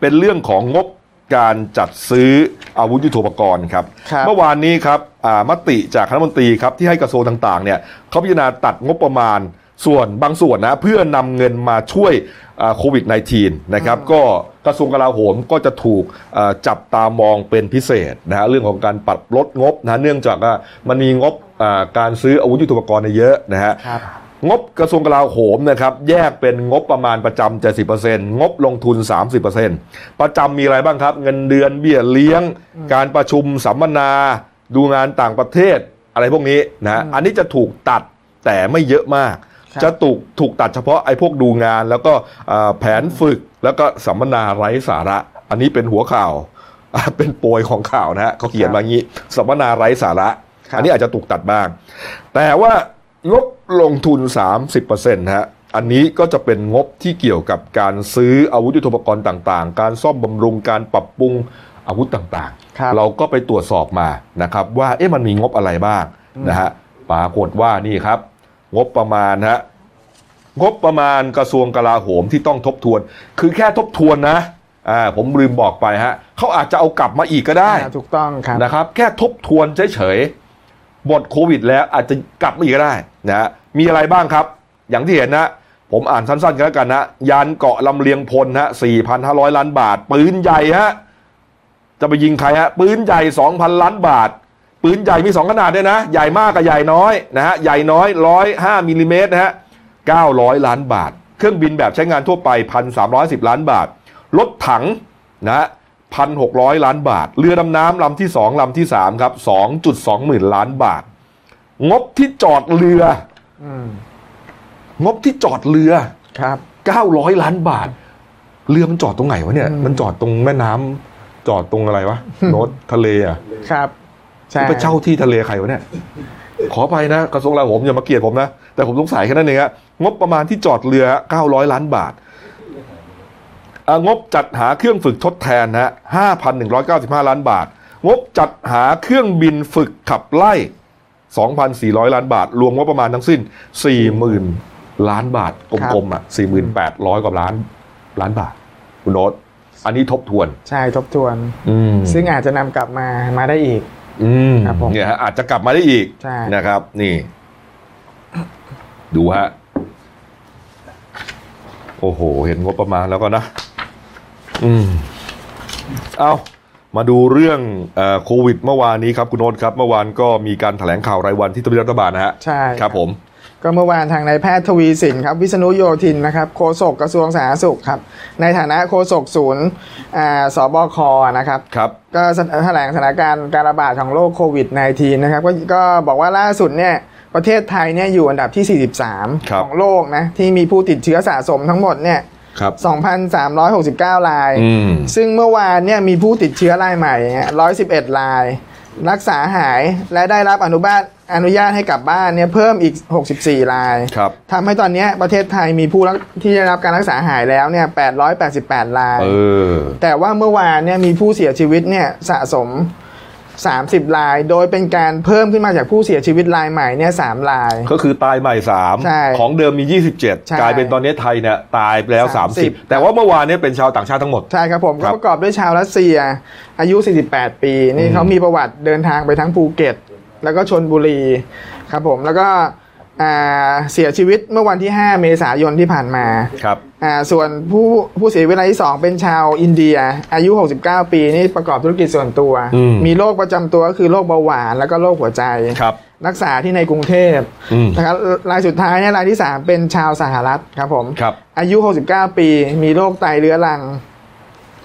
เป็นเรื่องของงบการจัดซื้ออาวุธยุโทโธปกรณ์ครับ
ครับ
เมื่อวานนี้ครับอ่ามติจากคณะมนตรีครับที่ให้กระทรวงต่างๆเนี่ยเขาพิจารณาตัดงบประมาณส่วนบางส่วนนะเพื่อนำเงินมาช่วยอ่าโควิด -19 นะครับก็กระทรวงกลาโหมก็จะถูกอ่าจับตามองเป็นพิเศษนะฮะเรื่องของการปรับลดงบนะฮะเนื่องจากว่ามันมีงบอ่าการซื้ออาวุธยุทโธปกรณ์เนี่ยเยอะนะฮะ
ครับ
งบกระทรวงกลาโหมนะครับแยกเป็นงบประมาณประจำ70%งบลงทุน 30%ประจำมีอะไรบ้างครับ เงินเดือนเบี้ยเลี้ยง การประชุมสัมมนา ดูงานต่างประเทศอะไรพวกนี้นะอันนี้จะถูกตัดแต่ไม่เยอะมาก
ครับ
จะถูกถูกตัดเฉพาะไอ้พวกดูงาน แล้วก็เอ่อแผนฝึกแล้วก็สัมมนาไร้สาระ อันนี้เป็นหัวข่าว อ่ะเป็นโปยของข่าวนะฮะเขาเขียนมาอย่างนี้สัมมนาไร้สาระ
ครับ
อันนี้อาจจะถูกตัดบ้าง แต่ว่างบลงทุน 30%ฮะ อันนี้ก็จะเป็นงบที่เกี่ยวกับการซื้ออาวุธยุทโธปกรณ์ต่างๆ การซ่อมบำรุง การปรับปรุงอาวุธต่าง
ครับ
ๆ เราก็ไปตรวจสอบมานะครับ ว่าเอ๊ะมันมีงบอะไรบ้างนะฮะ ปรากฏว่านี่ครับ งบประมาณฮะ งบประมาณกระทรวงกลาโหมที่ต้องทบทวน คือแค่ทบทวนนะ อ่า ผมลืมบอกไปฮะ เขาอาจจะเอากลับมาอีกก็ได้
อ่าถูกต้องครับ
นะครับแค่ทบทวนเฉยๆหมดโควิดแล้วอาจจะกลับมาอีกก็ได้นะฮะมีอะไรบ้างครับ อย่างที่เห็นนะ ผมอ่านสั้นๆกันแล้วกันนะยานเกาะลำเลียงพลฮะ4,500 ล้านบาท ปืนใหญ่ฮะจะไปยิงใครฮะปืนใหญ่ 2,000 ล้านบาท ปืนใหญ่มี 2 ขนาดด้วยนะ ใหญ่มากกับใหญ่น้อยนะฮะใหญ่น้อย 105มิลลิเมตรนะฮะ900 ล้านบาท เครื่องบินแบบใช้งานทั่วไป 1,310 ล้านบาท รถถังนะฮะ 1,600 ล้านบาท เรือดำน้ำลำที่ 2 ลำที่ 3 ครับ 2.2 หมื่นล้านบาท งบที่จอดเรือ
อืม
งบที่จอดเรือ
ครับ
900 ล้านบาท เรือมันจอดตรงไหนวะเนี่ย
อืม
มันจอดตรงแม่น้ำจอดตรงอะไรวะ โน้ตทะเลอ่ะ
ครับ ใช่
ไปเช่าที่ทะเลใครวะเนี่ย ขอไปนะ กระทรวงกลาโหมอย่ามาเกลียดผมนะ แต่ผมสงสัยแค่นั้นเองอะงบประมาณที่จอดเรือ 900 ล้านบาทอ่ะงบจัดหาเครื่องฝึกทดแทนนะฮะ5,195 ล้านบาท งบจัดหาเครื่องบินฝึกขับไล่ 2,400 ล้านบาท รวมงบประมาณทั้งสิ้น 40,000 ล้านบาทกลมๆอ่ะ4,800 กว่าล้านล้านบาท คุณโน้ตอันนี้ทบทวน
ใช่ทบทวน
อืม
ซึ่งอาจจะนำกลับมา มาได้อีก
อืม
ครับผม
เนี่ยฮะอาจจะกลับมาได้อีก
ใช่
นะครับ นี่ ดูฮะ โอ้โห เห็นงบประมาณแล้วก็นะ อืม เอามาดูเรื่องเออโควิดเมื่อวานนี้ครับคุณโน้ตครับ เมื่อวานก็มีการแถลงข่าวรายวันที่ทำเนียบรัฐบาลนะฮะ
ใช่
ครับผม
ก็เมื่อวานทางนายแพทย์ทวีสินครับ วิษณุโยธินนะครับโฆษกกระทรวงสาธารณสุขครับ ในฐานะโฆษกศูนย์อ่าสบคนะครับ
ครับ
ก็แถลงสถานการณ์การระบาดของโรคโควิด -19 นะครับก็ก็บอกว่าล่าสุดเนี่ยประเทศไทยเนี่ยอยู่อันดับที่ 43
ครับ
ของโลกนะที่มีผู้ติดเชื้อสะสมทั้งหมดเนี่ย
ครับ
2,369 ราย
อืม
ซึ่งเมื่อวานเนี่ยมีผู้ติดเชื้อรายใหม่เนี่ย111 ราย รักษาหายและได้รับอนุบาตอนุญาตให้กลับบ้านเนี่ยเพิ่มอีก 64 ราย
ครับ
ทำให้ตอนเนี้ยประเทศไทยมีผู้รักที่ได้รับการรักษาหายแล้วเนี่ย888 ราย
เออ
แต่ว่าเมื่อวานเนี่ยมีผู้เสียชีวิตเนี่ยสะสม 30 ราย โดยเป็นการเพิ่มขึ้นมาจากผู้เสียชีวิตรายใหม่เนี่ยสามราย
ก็คือตายใหม่
ใช่
3 ของเดิมมี
ใช่
27 กลายเป็นตอนนี้ไทยเนี่ยตายไปแล้ว
30
30 แต่ว่าเมื่อวานเนี่ยเป็นชาวต่างชาติทั้งหมด
ใช่ครับผม
ครับ
ก็ประกอบด้วยชาวรัสเซีย อายุ 48 ปี นี่เขามีประวัติเดินทางไปทั้งภูเก็ต แล้วก็ชนบุรีครับผมแล้วก็อ่าเสียชีวิตเมื่อวันที่ 5 เมษายนที่ผ่านมา
ครับ
อ่าส่วนผู้ผู้เสียชีวิตรายที่สองเป็นชาวอินเดีย อายุ 69 ปีนี่ประกอบธุรกิจส่วนตัว
อืม
มีโรคประจำตัวก็คือโรคเบาหวานแล้วก็โรคหัวใจ
ครับ
รักษาที่ในกรุงเทพ
อืม
นะครับรายสุดท้ายเนี่ยรายที่ 3 เป็นชาวสหรัฐครับผม
ครับ
อายุ 69 ปี มีโรคไตเรื้อรัง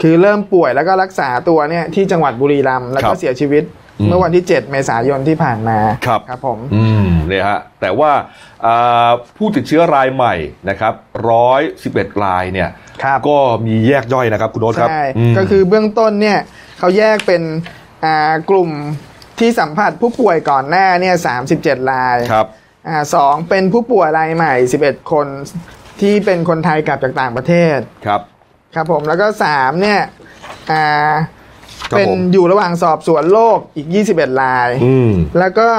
คือเริ่มป่วยแล้วก็รักษาตัวเนี่ยที่จังหวัดบุรีรัมย์แล้ว
ค
ก็
รับ
เสียชีวิต
อืม
เมื่อวันที่ 7 เมษายนที่ผ่านมา
ครับ
ครับผม
อืมเนี่ยฮะแต่ว่าอ่าผู้ติดเชื้อรายใหม่นะครับร้อยสิบเอ็ดรายเนี่ย
ครับ
ก็มีแยกย่อยนะครับ คุณโน้ตครับ
ใช่
ม
ก็คือเบื้องต้นเนี่ยเขาแยกเป็นอ่ากลุ่มที่สัมผัสผู้ป่วยก่อนหน้าเนี่ย37 ราย
ครับ
อ่าสองเป็นผู้ป่วยรายใหม่ 11 คนที่เป็นคนไทยกลับจากต่างประเทศ
ครับ
ครับผมแล้วก็สามเนี่ยอ่า
ครับ
เป็น
ผม
อยู่ระหว่างสอบสวนโรคอีก 21ราย
อืม
แล้วก็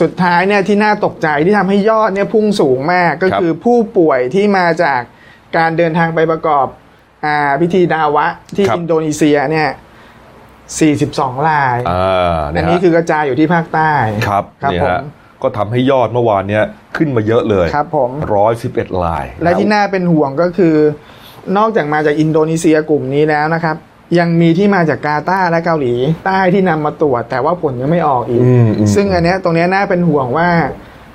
สุดท้ายเนี่ยที่น่าตกใจที่ทำให้ยอดเนี่ยพุ่งสูงมากก็
ครับ
คือผู้ป่วยที่มาจากการเดินทางไปประกอบอ่าพิธีดาวะที่
ครับ
อินโดนีเซียเนี่ย 42ราย
อ่า
อั
เย
น
ฮะ
นี้คือกระจายอยู่ที่ภาคใต้
ครับ
ครับ
เนี่ย
ผม
ฮะก็ทำให้ยอดเมื่อวานเนี้ยขึ้นมาเยอะเลย
ครับผม
ร้อยสิบเอ็ดลาย
และที่น่าเป็นห่วงก็คือ นอกจากมาจากอินโดนีเซียกลุ่มนี้แล้วนะครับ ยังมีที่มาจากกาตาร์และเกาหลี ใต้ที่นำมาตรวจ แต่ว่าผลยังไม่ออกอีก
อืมอืม
ซึ่งอันเนี้ยตรงเนี้ยน่าเป็นห่วงว่า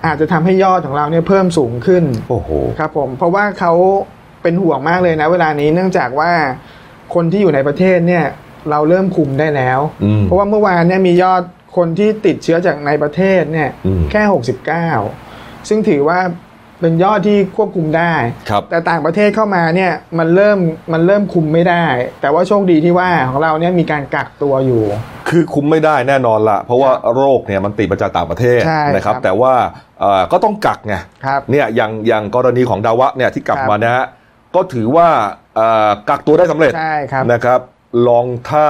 อาจจะทำให้ยอดของเราเนี่ยเพิ่มสูงขึ้น
โอ้โห
ครับผมเพราะว่าเขาเป็นห่วงมากเลยนะเวลานี้เนื่องจากว่าคนที่อยู่ในประเทศเนี่ยเราเริ่มคุมได้แล้ว
อืม
เพราะว่าเมื่อวานเนี่ยมียอดคนที่ติดเชื้อจากในประเทศเนี่ย
อืม
แค่ 69 ซึ่งถือว่าเป็นยอดที่ควบคุมได้
ครับ
แต่ต่างประเทศเข้ามาเนี่ยมันเริ่มมันเริ่มคุมไม่ได้ แต่ว่าโชคดีที่ว่าของเราเนี่ยมีการกักตัวอยู่
คือคุมไม่ได้แน่นอนละเพราะว่าโรคเนี่ยมันติดมาจากต่างประเทศ
ใช่
นะครับ
ครับ
แต่ว่าเอ่อก็ต้องกักไง
ครับ
เนี่ยอย่างอย่างกรณีของดาวะเนี่ยที่กลับ
ครับ
มานะฮะก็ถือว่าเอ่อกักตัวได้สำเร็จ
ใช่ครับ
นะครับ ลองถ้า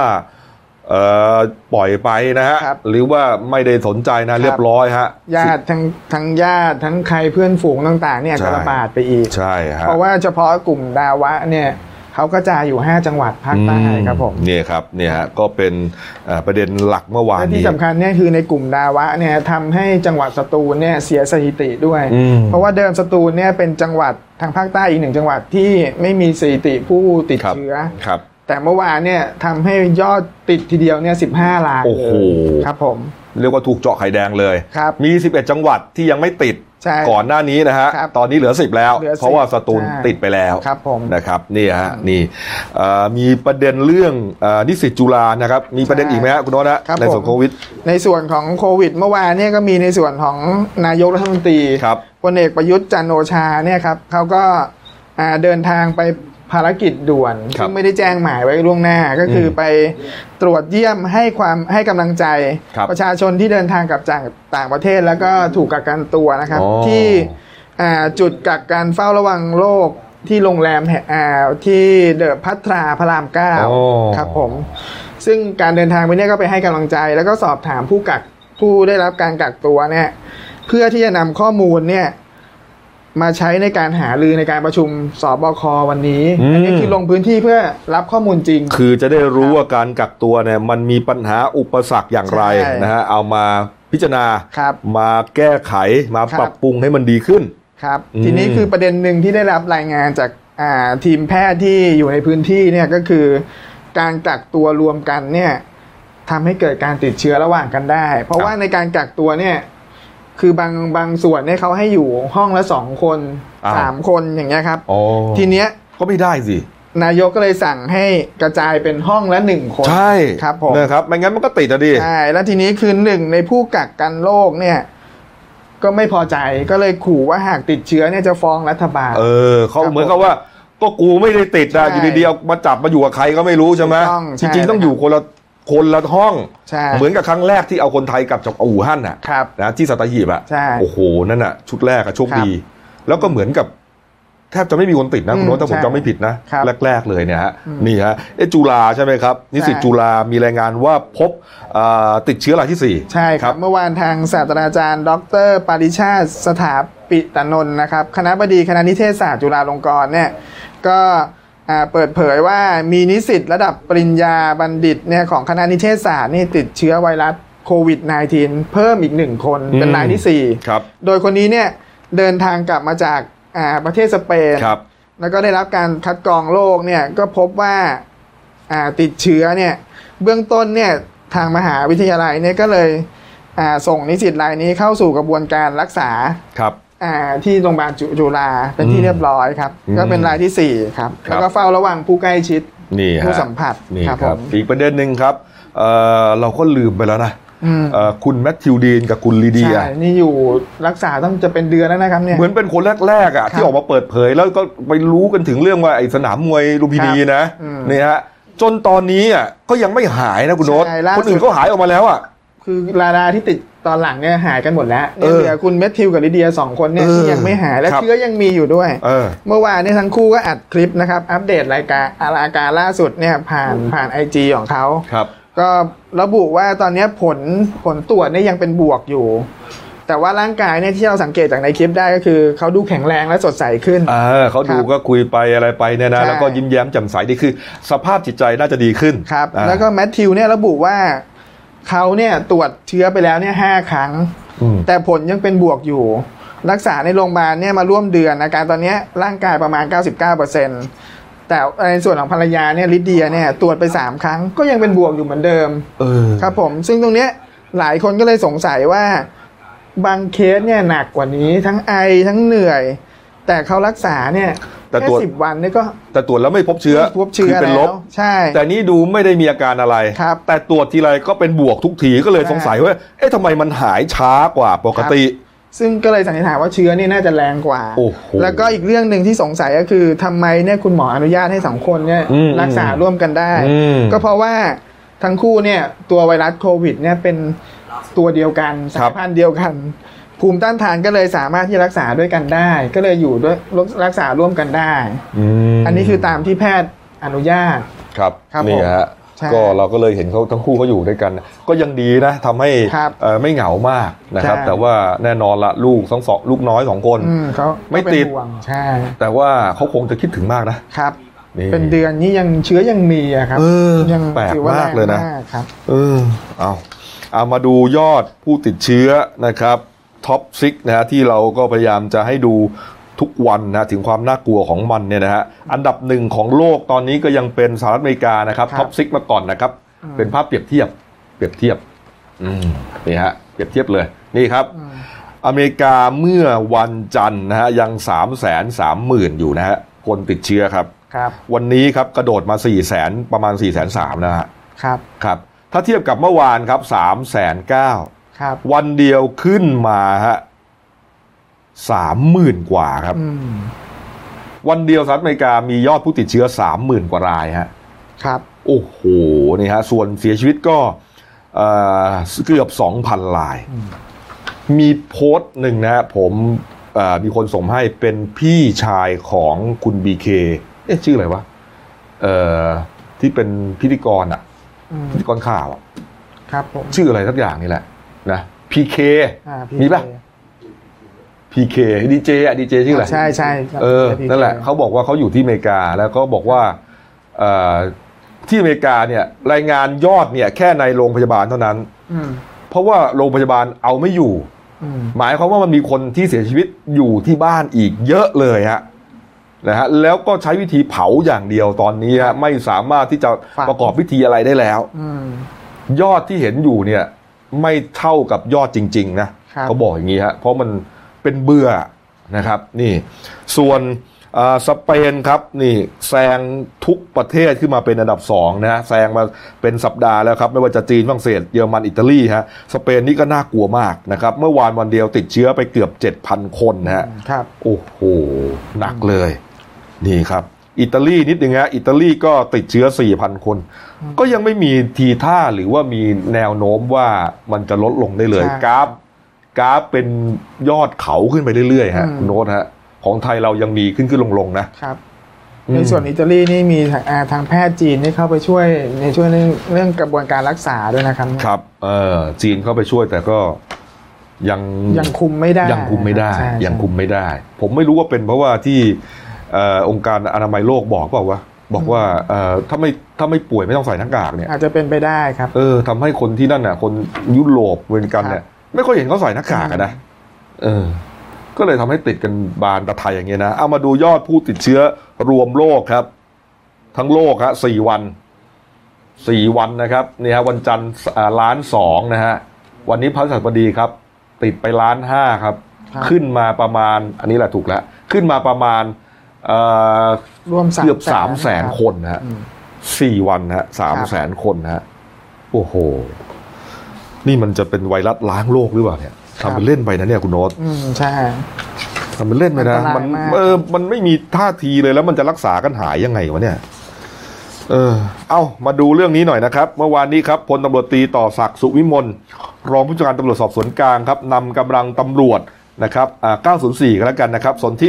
เอ่อปล่อยไปนะฮะ
ครับ
หรือว่าไม่ได้สนใจ
ครั
นะ
บ
เรียบร้อยฮะ
ญาติทั้งทั้งญาติทั้งใครเพื่อนฝูงต่างๆเนี่ย
ใช่
ก็ระบาดไปอีก
ใช่ฮะ
เพราะว่าเฉพาะกลุ่มดาวะเนี่ยเขากระจายอยู่ 5 จังหวัดภาคใต้
อื
ครับผม
เนี่ยครับเนี่ยฮะก็เป็นเอ่อประเด็นหลักเมื่อวาน
และที่
นี้
สำคัญเนี่ยคือในกลุ่มดาวะเนี่ยทำให้จังหวัดสตูลเนี่ยเสียสถิติด้วย
อืม
เพราะว่าเดิมสตูลเนี่ยเป็นจังหวัดทางภาคใต้อีกหนึ่งจังหวัดที่ไม่มีสถิติผู้ติด
ครับ
เชื้อ
ครับ
แต่เมื่อวานเนี่ยทำให้ยอดติดทีเดียวเนี่ยสิบห้าลาย
โอ้
เล
โห
ยครับผม
เรียกว่าถูกเจาะไข่แดงเลย
ครับ
มี 11 จังหวัดที่ยังไม่ติด
ใช่
ก่อนหน้านี้นะฮะ
ครับ
ตอนนี้เหลือ 10 แล้ว
เหลือ10
เพราะว่าสตูล
ใช่
ติดไปแล้ว
ครับผม
นะครับนี่ฮะนี่เอ่อมีประเด็นเรื่องเอ่อนิสิตจุฬานะครับ มีประเด็น
ใช่
อีกไหมฮะคุณโนตฮะ
ครับ
ในส่วนโควิด
ในส่วนของโควิด เมื่อวานเนี่ยก็มีในส่วนของนายกรัฐมนตรี
ครับ
พลเอกประยุทธ์จันทร์โอชาเนี่ยครับเขาก็อ่าเดินทางไปภารกิจด่วน
ครับ
ซึ่งไม่ได้แจ้งหมายไว้ล่วงหน้าก็คืออ
ม
ไปตรวจเยี่ยมให้ความให้กำลังใจ
ครับ
ประชาชนที่เดินทางกลับจากต่างประเทศแล้วก็ถูกกักกันตัวนะครับ
อ๋อ
ที่ อ่าจุดกักการเฝ้าระวังโรคที่โรงแรมแห่งอ่าที่เดอะพัทราพระรามเก้า
โอ้
ครับผม ซึ่งการเดินทางไปเนี่ยก็ไปให้กำลังใจ แล้วก็สอบถามผู้กักผู้ได้รับการกักตัวเนี่ยเพื่อที่จะนำข้อมูลเนี่ยมาใช้ในการหารือในการประชุมสบควันนี้
อืม
อันนี้คือลงพื้นที่เพื่อรับข้อมูลจริง
คือจะได้รู้ว่าการกักตัวเนี่ยมันมีปัญหาอุปสรรคอย่างไร
ใช่
นะฮะเอามาพิจารณา
ครับ
มาแก้ไขมา
ครับ
ปรับปรุงให้มันดีขึ้น
ครับ
อืม
ทีนี้คือประเด็นหนึ่งที่ได้รับรายงานจากอ่าทีมแพทย์ที่อยู่ในพื้นที่เนี่ยก็คือ การกักตัวรวมกันเนี่ยทำให้เกิดการติดเชื้อระหว่างกันได้ เพราะว่าในการกักตัวเนี่ยคือบางบางส่วนเนี่ยเขาให้อยู่ห้องละสองคนสามคนอย่างเงี้ยครับ
อ๋อ
ทีเนี้ย
ก็ไม่ได้สิ
นายกก็เลยสั่งให้กระจายเป็นห้องละหนึ่งคน
ใช่
ครับผม
นะครับไม่งั้นมันก็ติดอะดิ
ใช่แล้วทีนี้คือหนึ่งในผู้กักกันโรคเนี่ยก็ไม่พอใจก็เลยขู่ว่าหากติดเชื้อเนี่ยจะฟ้องรัฐบาล
เออเขา
ครับ
เหมือนกับว่าก็กูไม่ได้ติดนะ
ใช่
อยู่ดีๆเอามาจับมาอยู่กับใครก็ไม่รู้ใช่ไหม
ถูกต้อง
จ
ใช่
ริงๆต้อง
นะครับ
อยู่คนละคนละห้อง
ใช่
เหมือนกับครั้งแรกที่เอาคนไทยกลับจากอู่ฮั่นน่ะ
ครับ
นะที่สัตหีบอ่ะ
ใช่
โอ้โหนั่นน่ะ ชุดแรกอะโชค
ครับ
ดี แล้วก็เหมือนกับแทบจะไม่มีคนติดนะคุณโน้ต
อืม
ถ้าผม
ใช่
จำไม่ผิดนะครับ แรก ๆ เลยเนี่ยฮะ
อืม
นี่ฮะเอะจุฬาใช่ไหมครับนิสิต
ใช่
จุฬามีรายงานว่าพบอ่าติดเชื้อรายที่สี่
ใช่ค
ครั
รับ บ เมื่อวานทางศาสตราจารย์ ดร ปาริชาติสถาปิตนนท์นะครับ คณะบดีคณะนิเทศศาสตร์จุฬาลงกรณ์เนี่ยก็อ่าเปิดเผยว่ามีนิสิตระดับปริญญาบัณฑิตเนี่ยของคณะนิเทศศาสตร์นี่ติดเชื้อไวรัสโควิด -19 เพิ่มอีกหนึ่งคนเป็นรายที่
ครับ
4 โดยคนนี้เนี่ยเดินทางกลับมาจากอ่าประเทศสเปน
ครับ
แล้วก็ได้รับการคัดกรองโรคเนี่ยก็พบว่าอ่าติดเชื้อเนี่ยเบื้องต้นเนี่ยทางมหาวิทยาลัยเนี่ยก็เลยอ่าส่งนิสิตรายนี้เข้าสู่กระบวนการรักษา
ครับ
อ่าที่โรงพยาบาลจุจุฬาเป็นที่เรียบร้อยครับ
อืม
ก็เป็นรายที่ 4 ครับ
ครับ
แล้วก็เฝ้าระวังผู้ใกล้ชิด
นี่ฮะ
ผู้สัมผัส
นี่
ครับ
ค
ผ
รับ
ม
อีกประเด็นหนึ่งครับเอ่อเราก็ลืมไปแล้วนะ
อืม
เอ่อคุณแมทธิวดีนกับคุณลีเดีย
ใช่นี่อยู่รักษาต้องจะเป็นเดือนแล้วนะครับเนี่ย
เหมือนเป็นคนแรกๆอ่ะที่ออกมาเปิดเผยแล้วก็ไปรู้กันถึงเรื่องว่าไอ้สนามมวยลุมพินีนะ
อืม
นี่ฮะจนตอนนี้อ่ะก็ยังไม่หายนะคุณโนต
ใช่ล่าสุด
คนอื่นก็หายออกมาแล้วอ่ะ
คือลาดาที่ติดตอนหลังเนี่ยหายกันหมดแล้วเนี่ย
เออ
เหลือคุณแมทธิวกับลิเดียสองคนเนี่ย
เออ
ที่ยังไม่หายและ
ครับ
เชื้อยังมีอยู่ด้วย
เออ
เมื่อวานเนี่ยทั้งคู่ก็อัดคลิปนะครับ อัปเดตรายการอาการล่าสุดเนี่ยผ่านผ่านไอจของเขา
ครับ
ก็ระบุว่าตอนเนี้ยผลผลตรวจเนี่ยยังเป็นบวกอยู่ แต่ว่าร่างกายเนี่ยที่เราสังเกตจากในคลิปได้ก็คือเขาดูแข็งแรงและสดใสขึ้น
เออเขาดู
ครับ
ก็คุยไปอะไรไปเนี่ยนะ
ใช่
แล้วก็ยิ้มแย้มแจ่มใสนี่คือ สภาพจิตใจน่าจะดีขึ้น
ครับ
อ่า
แล้วก็แมทธิวเนี่ยระบุว่าเขาเนี่ยตรวจเชื้อไปแล้วเนี่ยห้าครั้ง
อืม
แต่ผลยังเป็นบวกอยู่ รักษาในโรงพยาบาลเนี่ยมาร่วมเดือนอาการตอนเนี้ยร่างกายประมาณ 99%แต่ในส่วนของภรรยาเนี่ยลิเดียเนี่ยตรวจไปสามครั้งก็ยังเป็นบวกอยู่เหมือนเดิม
เออ
ครับผมซึ่งตรงเนี้ยหลายคนก็เลยสงสัยว่าบางเคสเนี่ยหนักกว่านี้ทั้งไอทั้งเหนื่อย แต่เขารักษาเนี่ย
แต่
แค่
ตรวจ
สิบวันเนี่ยก็
แต่ตรวจแล้วไม่พบเชื้อ
พบเชื้อ
คืเป็นล
แล้ว
บ
ใช่
แต่นี่ดูไม่ได้มีอาการอะไร
ครับ
แต่ตรวจทีไรก็เป็นบวกทุกทีก็เลย
ใช่
สงสัยว่า เอ๊ะทำไมมันหายช้ากว่าปกติ
ซึ่งก็เลยสันนิษฐานว่าเชื้อนี่น่าจะแรงกว่า
โอ้โห
แล้วก็อีกเรื่องหนึ่งที่สงสัยก็คือทำไมเนี่ยคุณหมออนุญาตให้สองคนเนี่ย
อืม
รักษาร่วมกันได้
อืม
ก็เพราะว่าทั้งคู่เนี่ยตัวไวรัสโควิดเนี่ยเป็นตัวเดียวกัน
ค
สา
รั
ย
บ
พันธุ์เดียวกัน ภูมิต้านทานก็เลยสามารถที่รักษาด้วยกันได้ ก็เลยอยู่ด้วยรักษาร่วมกันได้
ม
อันนี้คือตามที่แพทย์อนุญาต
ครับ
ครับ
นี่ฮะ
ผมใช่
ก็เราก็เลยเห็นเขาทั้งคู่เขาอยู่ด้วยกัน ก็ยังดีนะทำให้
ครับ
เอ่อไม่เหงามากนะครับ
ใช่
แต่ว่าแน่นอนละลูกทั้งสองลูกน้อยสองคน
อืมเขา
ไม่
เป็น
ติด
ห่วงใช่
แต่ว่าเขาคงจะคิดถึงมากนะครับ นี่
เป็นเดือนนี้ยังเชื้อยังมีอะครับ
เออ
ยัง
แปลก
ถือว่
มากเลยนะ
แรงมากครับ
เออเอาเอามาดูยอดผู้ติดเชื้อนะครับท็อปซิกนะฮะที่เราก็พยายามจะให้ดูทุกวันนะถึงความน่ากลัวของมันเนี่ยนะฮะอันดับหนึ่งของโลกตอนนี้ก็ยังเป็นสหรัฐอเมริกานะครับ
ครับ
ท็อปซิกมาก่อนนะครับ
อืม
เป็นภาพเปรียบเทียบเปรียบเทียบอืมนี่ฮะเปรียบเทียบเลยนี่ครับ
อืม
อเมริกาเมื่อวันจันทร์นะฮะยัง3 3 0 0 0 0 อยู่นะฮะคนติดเชื้อครับ
ครับ
วันนี้ครับกระโดดมา4 0 0 0 0ประมาณ4 0 0 0 0นะฮะ
ครับ
ครับถ้าเทียบกับเมื่อวานครับสามแสนเก้า
ครับ
วันเดียวขึ้นมาฮะสามหมื่นกว่าครับ
อืม
วันเดียวสหรัฐอเมริกามียอดผู้ติดเชื้อสามหมื่นกว่ารายฮะ
ครับ
โอ้โหนี่ฮะส่วนเสียชีวิตก็เอ่อเกือบสองพันราย
อืม
มีโพสต์หนึ่งนะฮะผมเอ่อมีคนส่งมาให้เป็นพี่ชายของคุณบีเคเอ๊ะชื่ออะไรวะเอ่อที่เป็นพิธีกรอะ
อืม
พิธีกรข่าวอะ
ครับผม
ชื่ออะไรสักอย่างนี่แหละนะ PK
อ่า
มีปะ PK ดีเจอะดีเจชื่ออะไร
ใช่ใช่
เออ
ใช่ PK
นั่นแหละเขาบอกว่าเขาอยู่ที่อเมริกาแล้วก็บอกว่าเอ่อที่อเมริกาเนี่ยรายงานยอดเนี่ยแค่ในโรงพยาบาลเท่านั้น
อืม
เพราะว่าโรงพยาบาลเอาไม่อยู่
อืม
หมายความว่ามันมีคนที่เสียชีวิตอยู่ที่บ้านอีกเยอะเลยฮะนะฮะแล้วก็ใช้วิธีเผาอย่างเดียวตอนนี้ฮะไม่สามารถที่จะ
ฝัง
ประกอบพิธีอะไรได้แล้ว
อืม
ยอดที่เห็นอยู่เนี่ยไม่เท่ากับยอดจริง ๆ นะครับ เขาบอกอย่างนี้ฮะเพราะมันเป็นเบื่อนะครับนี่ส่วนเอ่อสเปนครับนี่แซงทุกประเทศขึ้นมาเป็นอันดับ2นะฮะแซงมาเป็นสัปดาห์แล้วครับ ไม่ว่าจะจีนฝรั่งเศสเยอรมันอิตาลีฮะสเปนนี่ก็น่ากลัวมากนะครับ เมื่อวานวันเดียวติดเชื้อไปเกือบ 7,000 คนนะฮะ
ครับ
โอ้โห หนักเลย นี่ครับ อิตาลีนิดนึงฮะอิตาลีก็ติดเชื้อ 4,000 คน ก็ยังไม่มีทีท่าหรือว่ามีแนวโน้มว่ามันจะลดลงได้เลย
ใช่
กราฟกราฟเป็นยอดเขาขึ้นไปเรื่อยๆฮะ
อืม
คุณโน้ตฮะ ของไทยเรายังมีขึ้นขึ้นลงๆนะครับ
ในส่วนอิตาลีนี่มีทางอ่าทางแพทย์จีนนี่เข้าไปช่วยในช่วยเรื่องเรื่องกระบวนการรักษาด้วยนะครับเนี่ย
ครับ เออจีนเข้าไปช่วยแต่ก็ยัง
ยังคุมไม่ได้
ยังคุมไม่ได้
ใช่
ยังคุมไม่ได้ ผมไม่รู้ว่าเป็นเพราะว่าที่เอ่อองค์การอนามัยโลกบอกเปล่าวะบอกว่าเอ่อถ้าไม่ถ้าไม่ป่วยไม่ต้องใส่หน้ากากเนี่ย
อาจจะเป็นไปได้ครับ
เออทำให้คนที่นั่นน่ะ คนยุโรปเวรกันเนี่ยไม่ค่อยเห็นเขาใส่หน้ากากอะนะเออ ก็เลยทำให้ติดกันบานตะไทยอย่างเงี้ยนะเอามาดูยอดผู้ติดเชื้อรวมโลกครับ ทั้งโลกฮะสี่วันสี่วันนะครับนี่ฮะวันจันทร์อ่าล้านสองนะฮะวันนี้พฤหัสบดีครับ ติดไปล้านห้าครับ
ครับ
ขึ้นมาประมาณ อันนี้แหละถูกแล้ว ขึ้นมาประมาณเอ่อ
รวม
เกือบสามแสน
รับ
คนนะฮะ
อืม
สี่วันนะฮะสามแสนคนนะฮะโอ้โห นี่มันจะเป็นไวรัสล้างโลกหรือเปล่าเนี่ย
ครับ
ทำเป็นเล่นไปนะเนี่ยคุณโน้ต
อืมใช่
ทำเป็นเล่นไปนะ
อันตราย
มัน
มาก
เออมันไม่มีท่าทีเลยแล้วมันจะรักษากันหายยังไงวะเนี่ย เออเอ้ามาดูเรื่องนี้หน่อยนะครับ เมื่อวานนี้ครับพลตำรวจตรีต่อศักดิ์สุวิมลรองผู้จัดการตำรวจสอบสวนกลางครับนำกำลังตำรวจนะครับอ่า904กันแล้วกันนะครับสนธิ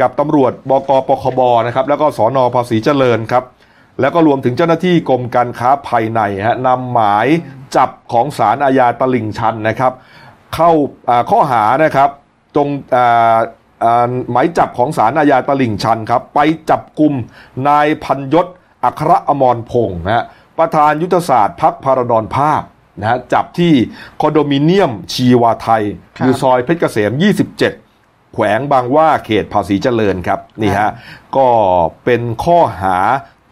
กับตำรวจบกปคบนะครับแล้วก็สอนอภาษีเจริญครับ แล้วก็รวมถึงเจ้าหน้าที่กรมการค้าภายในฮะนำหมายจับของศาลอาญาตลิ่งชันนะครับ เข้าอ่าข้อหานะครับตรงอ่าอ่าหมายจับของศาลอาญาตลิ่งชันครับ ไปจับกลุ่มนายพันยศ อัครอมรพงศ์นะฮะประธานยุทธศาสตร์พักพารดอนภาพนะฮะจับที่คอนโดมิเนียมชีวาไทย
ครับ
อยู่ซอยเพชรเกษม 27 แขวงบางหว่าเขตภาษีเจริญครับนี่ฮะก็เป็นข้อหา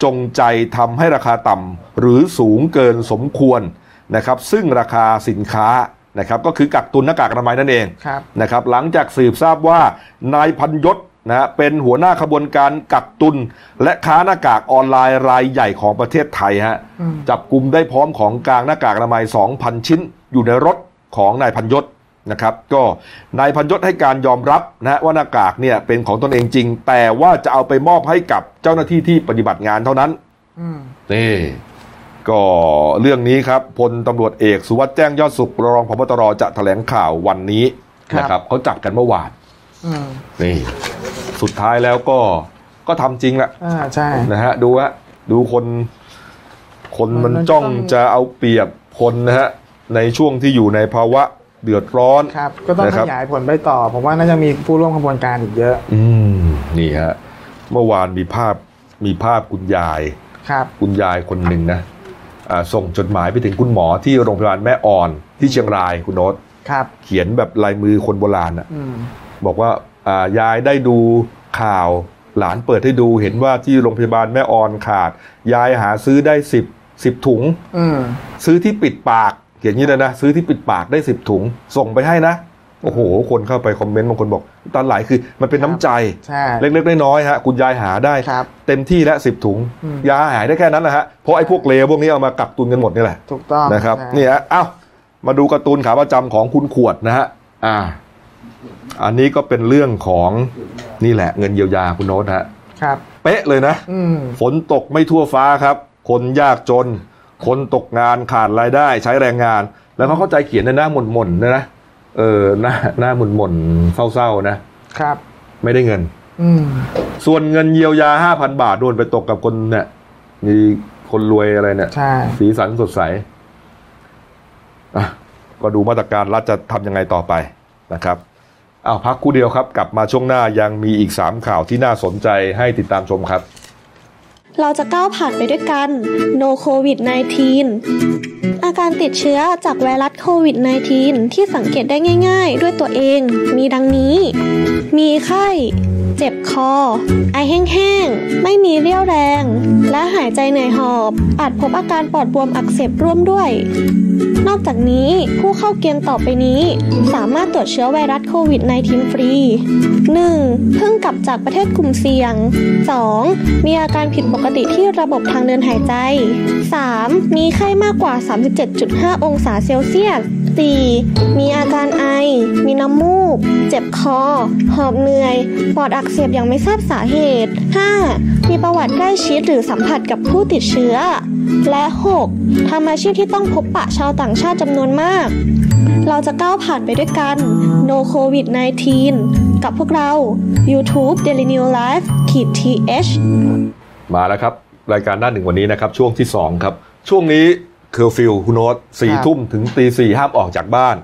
จงใจทำให้ราคาต่ำหรือสูงเกินสมควรนะครับซึ่งราคาสินค้านะครับก็คือกักตุนหน้ากากอนามัยนั่นเอง
ครับ
นะครับหลังจากสืบทราบว่านายพันยศนะฮะเป็นหัวหน้าขบวนการกักตุน และค้าหน้ากากออนไลน์รายใหญ่ของประเทศไทยฮะ
อืม
จับกลุ่มได้พร้อมของกลางหน้ากากอนามัย 2,000 ชิ้น อยู่ในรถของนายพันยศนะครับ ก็นายพันยศให้การยอมรับนะฮะว่าหน้ากากเนี่ยเป็นของตนเองจริง แต่ว่าจะเอาไปมอบให้กับเจ้าหน้าที่ที่ปฏิบัติงานเท่านั้น
อืม
นี่ก็เรื่องนี้ครับพลตำรวจเอกสุวัสด์แจ้งยอดสุขรองพบตรจะแถลงข่าววันนี้
ครับ
นะครับเขาจับกันเมื่อวาน
อืม
นี่สุดท้ายแล้วก็ก็ทำจริงแหละ
อ่าใช่
นะฮะดูฮะดูคน คนมัน
มันจ้
จ้อ
อง ง
จะเอาเปรียบคนนะฮะในช่วงที่อยู่ในภาวะเดือดร้อน
ครับ ก็ต้อง
นะค
ข
รับ
ยายผลไปต่อ ผมว่าน่าจะมีผู้ร่วมขบวนการอีกเยอะ
อืมนี่ฮะเมื่อวานมีภาพมีภาพคุณยาย
ครับ
คุณยายคนหนึ่งนะอ่าส่งจดหมายไปถึงคุณหมอที่โรงพยาบาลแม่อ่อนที่เชียงรายคุณโน้ต
ครับ
เขียนแบบลายมือคนโบราณนะ
อืม
บอกว่าอ่ายายได้ดูข่าว หลานเปิดให้ดูเห็นว่าที่โรงพยาบาลแม่อ่อนขาด ยายหาซื้อได้สิบสิบถุง
อืม
ซื้อที่ปิดปากเขียนอย่างนี้เลยนะซื้อที่ปิดปากได้สิบถุง ส่งไปให้นะโอ้โห คนเข้าไปคอมเมนต์บางคนบอกตอนหลายคือมันเป็นน้ำใจ
ใช่
เล็กๆน้อยๆฮะคุณยายหาได้
ครับ
เต็มที่แล้วสิบถุง
อืม
ยาหายได้แค่นั้นแหละฮะเพราะไอ้พวกเลวพวกนี้เอามากักตุนกันหมดนี่แหละ
ถูกต้อง
นะครับ
ใช่
นี่ฮะเอ้ามาดูการ์ตูนขาประจำของคุณขวดนะฮะอ่า อันนี้ก็เป็นเรื่องของนี่แหละ เงินเยียวยาคุณโน้ตฮะ
ครับ
เป๊ะเลยนะ
อืม
ฝนตกไม่ทั่วฟ้าครับ คนยากจน คนตกงานขาดรายได้ใช้แรงงาน แล้วเขาเข้าใจเขียนในหน้าหม่นๆนะนะเออหน้าหน้าหม่นๆเศร้าๆนะครับ ไม่ได้เงิน
อืม
ส่วนเงินเยียวยา 5,000 บาทโดนไปตกกับคนเนี่ยมีคนรวยอะไรเนี่ย
ใช่
สีสันสดใสอ่ะก็ดูมาตรการรัฐจะทำยังไงต่อไปนะครับอ้าวพักครู่เดียวครับ กลับมาช่วงหน้ายังมีอีก 3 ข่าวที่น่าสนใจให้ติดตามชมครับ
เราจะก้าวผ่านไปด้วยกัน No COVID 19 อาการติดเชื้อจากไวรัสโควิด -19 ที่สังเกตได้ง่ายๆ ด้วยตัวเองมีดังนี้ มีไข้ เจ็บคอ ไอแห้งๆ ไม่มีเรี่ยวแรง และหายใจเหนื่อยหอบ อาจพบอาการปอดบวมอักเสบร่วมด้วย นอกจากนี้ผู้เข้าเกณฑ์ต่อไปนี้ สามารถตรวจเชื้อไวรัสโควิด -19 ฟรี 1. เพิ่งกลับจากประเทศกลุ่มเสี่ยง 2. มีอาการผิดปกติที่ระบบทางเดินหายใจ 3. มีไข้มากกว่า 37.5 องศาเซลเซียส 4. มีอาการไอ มีน้ำมูก เจ็บคอ หอบเหนื่อย ปอดอักเสบอย่างไม่ทราบสาเหตุ 5. มีประวัติใกล้ชิดหรือสัมผัสกับผู้ติดเชื้อ และ 6. ทำอาชีพที่ต้องพบปะชาวต่างชาติจำนวนมาก เราจะก้าวผ่านไปด้วยกัน No COVID 19 กับพวกเรา YouTube Daily New Life ขีด th
มาแล้วครับ รายการหน้าหนึ่งวันนี้นะครับ ช่วงที่ 2 ครับ ช่วงนี้เคอร์ฟิวคุณโนตสี่
ครับ
ทุ่มถึงตีสี่ห้ามออกจากบ้าน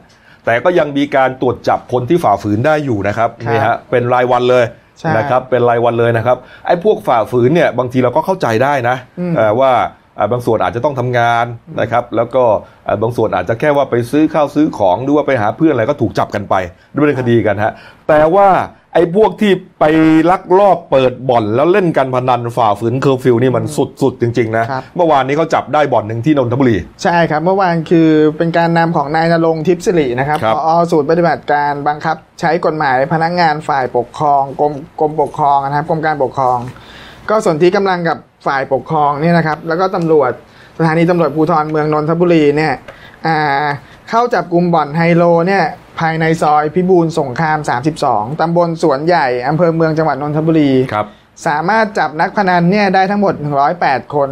แต่ก็ยังมีการตรวจจับคนที่ฝ่าฝืนได้อยู่นะครับ
ครับ
นี่ฮะเป็นรายวันเลย
ใช่
นะครับเป็นรายวันเลยนะครับไอ้พวกฝ่าฝืนเนี่ยบางทีเราก็เข้าใจได้นะ
อืม
เอ่อว่าอ่าบางส่วนอาจจะต้องทำงานนะครับ แล้วก็อ่าบางส่วนอาจจะแค่ว่าไปซื้อข้าวซื้อของหรือว่าไปหาเพื่อนอะไรก็ถูกจับกันไปดำเนินคดีกันฮะแต่ว่าไอ้พวกที่ไปลักลอบเปิดบ่อนแล้วเล่นการพนันฝ่าฝืนเคอร์ฟิวนี่มันสุดๆจริงๆนะครับ เมื่อวานนี้เขาจับได้บ่อนหนึ่งที่นนทบุรี
ใช่ครับ เมื่อวานคือเป็นการนำของนายนรงค์ทิพย์สิรินะครับ
ครับ
ผอสูตรปฏิบัติการบังคับ ใช้กฎหมายพนักงานฝ่ายปกครองกรมกรมปกครองนะครับกรมการปกครอง ก็สนที่กำลังกับฝ่ายปกครองเนี่ยนะครับแล้วก็ตำรวจสถานีตำรวจภูธรเมืองนนทบุรีเนี่ยอ่าเข้าจับกลุ่มบ่อนไฮโลเนี่ยภายในซอยพิบูลสงคราม 32ตำบลสวนใหญ่อำเภอเมืองจังหวัดนนทบุรี
ครับ
สามารถจับนักพนันเนี่ยได้ทั้งหมด 108 คน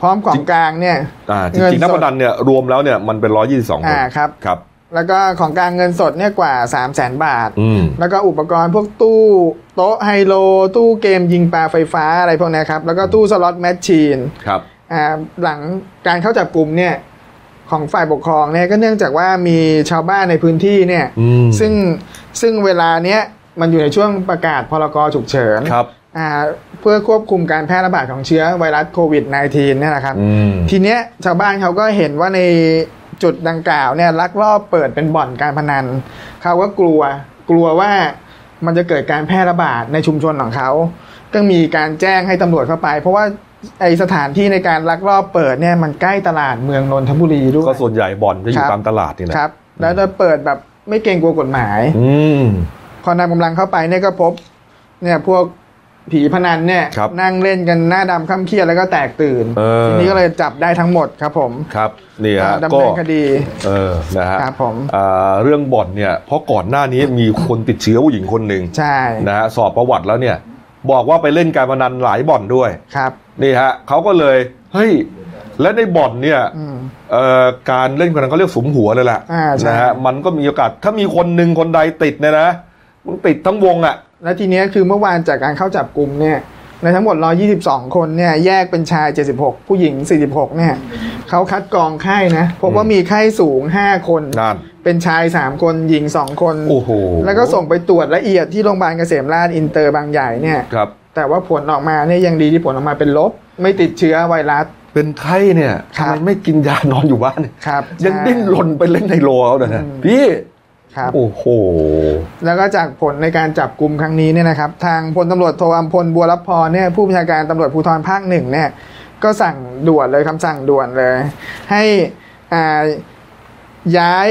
พร้อมของกลางเนี่ย
อ่าจ
เงินส
ริ
ด
งๆนักพนันเนี่ยรวมแล้วเนี่ยมันเป็น 122 คน
อ่าครับ
ครับ
แล้วก็ของกลางเงินสดเนี่ยกว่า 3 0 0 0 0นบาท
อืม
แล้วก็อุปกรณ์พวกตู้โต๊ะไฮโล ตู้เกมยิงปลาไฟฟ้าอะไรพวกเนี้ยครับ แล้วก็ตู้สล็อตแมชชีน
ครับ
อ่าหลังการเข้าจับกลุ่มเนี่ยของฝ่ายปกครองเนี่ยก็เนื่องจากว่ามีชาวบ้านในพื้นที่เนี่ย
อืม
ซึ่งซึ่งเวลาเนี้ยมันอยู่ในช่วงประกาศพรกฉุกเฉิน
ครับ
อ่าเพื่อควบคุมการแพร่ระบาดของเชื้อไวรัสโควิด -19 เนี่ยนะครับ
อืม
ทีเนี้ยชาวบ้านเขาก็เห็นว่าในจุดดังกล่าวเนี่ยลักลอบเปิดเป็นบ่อนการพนันเขาก็กลัวกลัวว่ามันจะเกิดการแพร่ระบาดในชุมชนของเขาก็มีการแจ้งให้ตำรวจเข้าไป เพราะว่าไอสถานที่ในการลักลอบเปิดเนี่ยมันใกล้ตลาดเมืองนนทบุรีด้วย
ก็ส่วนใหญ่บ่อนจะอยู่
ครับ
ตามตลาดนี่แหละ
ครับ แล้วจะเปิดแบบไม่เกรงกลัวกฎหมาย
อืม
พอนำกำลังเข้าไปเนี่ยก็พบเนี่ยพวกผีพนันเนี่ย
ครับ
นั่งเล่นกันหน้าดำข้ามเครียดแล้วก็แตกตื่น
เออ
ทีนี้ก็เลยจับได้ทั้งหมดครับผม
ครับนี่ฮะ
ดำ
ก็
เนินคดี
เออนะฮะ
ครับผม
อ่าเรื่องบ่อนเนี่ยเพราะก่อนหน้านี้มีคนติดเชื้อผู้หญิงคนหนึ่ง
ใช่
นะฮะสอบประวัติแล้วเนี่ย บอกว่าไปเล่นการพนันหลายบ่อนด้วย
ครับ
นี่ฮะเขาก็เลยเฮ้ยและในบ่อนเนี่ย
อืม
เอ่อการเล่นพนันเขาเรียกสมหัวเลยแหละ
อ่าใช่
นะฮะมันก็มีโอกาสถ้ามีคนหนึ่งคนใดติดเนี่ยนะมันติดทั้งวงอ่ะ
และทีเนี้ยคือเมื่อวานจากการเข้าจับกลุ่มเนี่ยในทั้งหมด 122 คนเนี่ยแยกเป็นชาย 76 ผู้หญิง 46 เนี่ยเขาคัดกรองไข้นะ พบว่ามีไข้สูง 5 คน
นั่น
เป็นชาย 3 คนหญิง 2 คน
โอ้โห
แล้วก็ส่งไปตรวจละเอียดที่โรงพยาบาลเกษมราชอินเตอร์บางใหญ่เนี่ย
ครับ
แต่ว่าผลออกมาเนี่ยยังดีที่ผลออกมาเป็นลบ ไม่ติดเชื้อไวรัส
เป็นไข้เนี่ย
ครั
ทำ
บ
ไมไม่กินยานอนอยู่บ้านเนี่ย
ครับ
ยัง
ใช่
ดิ้นรนไปเล่นไฮโลเขาเลยนะ
อืม
พี่
ครับ
โอ้โห
แล้วก็จากผลในการจับกลุ่มครั้งนี้เนี่ยนะครับ ทางพลตำรวจโทอัมพลบัวรับพรเนี่ยผู้บัญชาการตำรวจภูธรภาคหนึ่งเนี่ย ก็สั่งด่วนเลยคำสั่งด่วนเลย ให้อ่าย้าย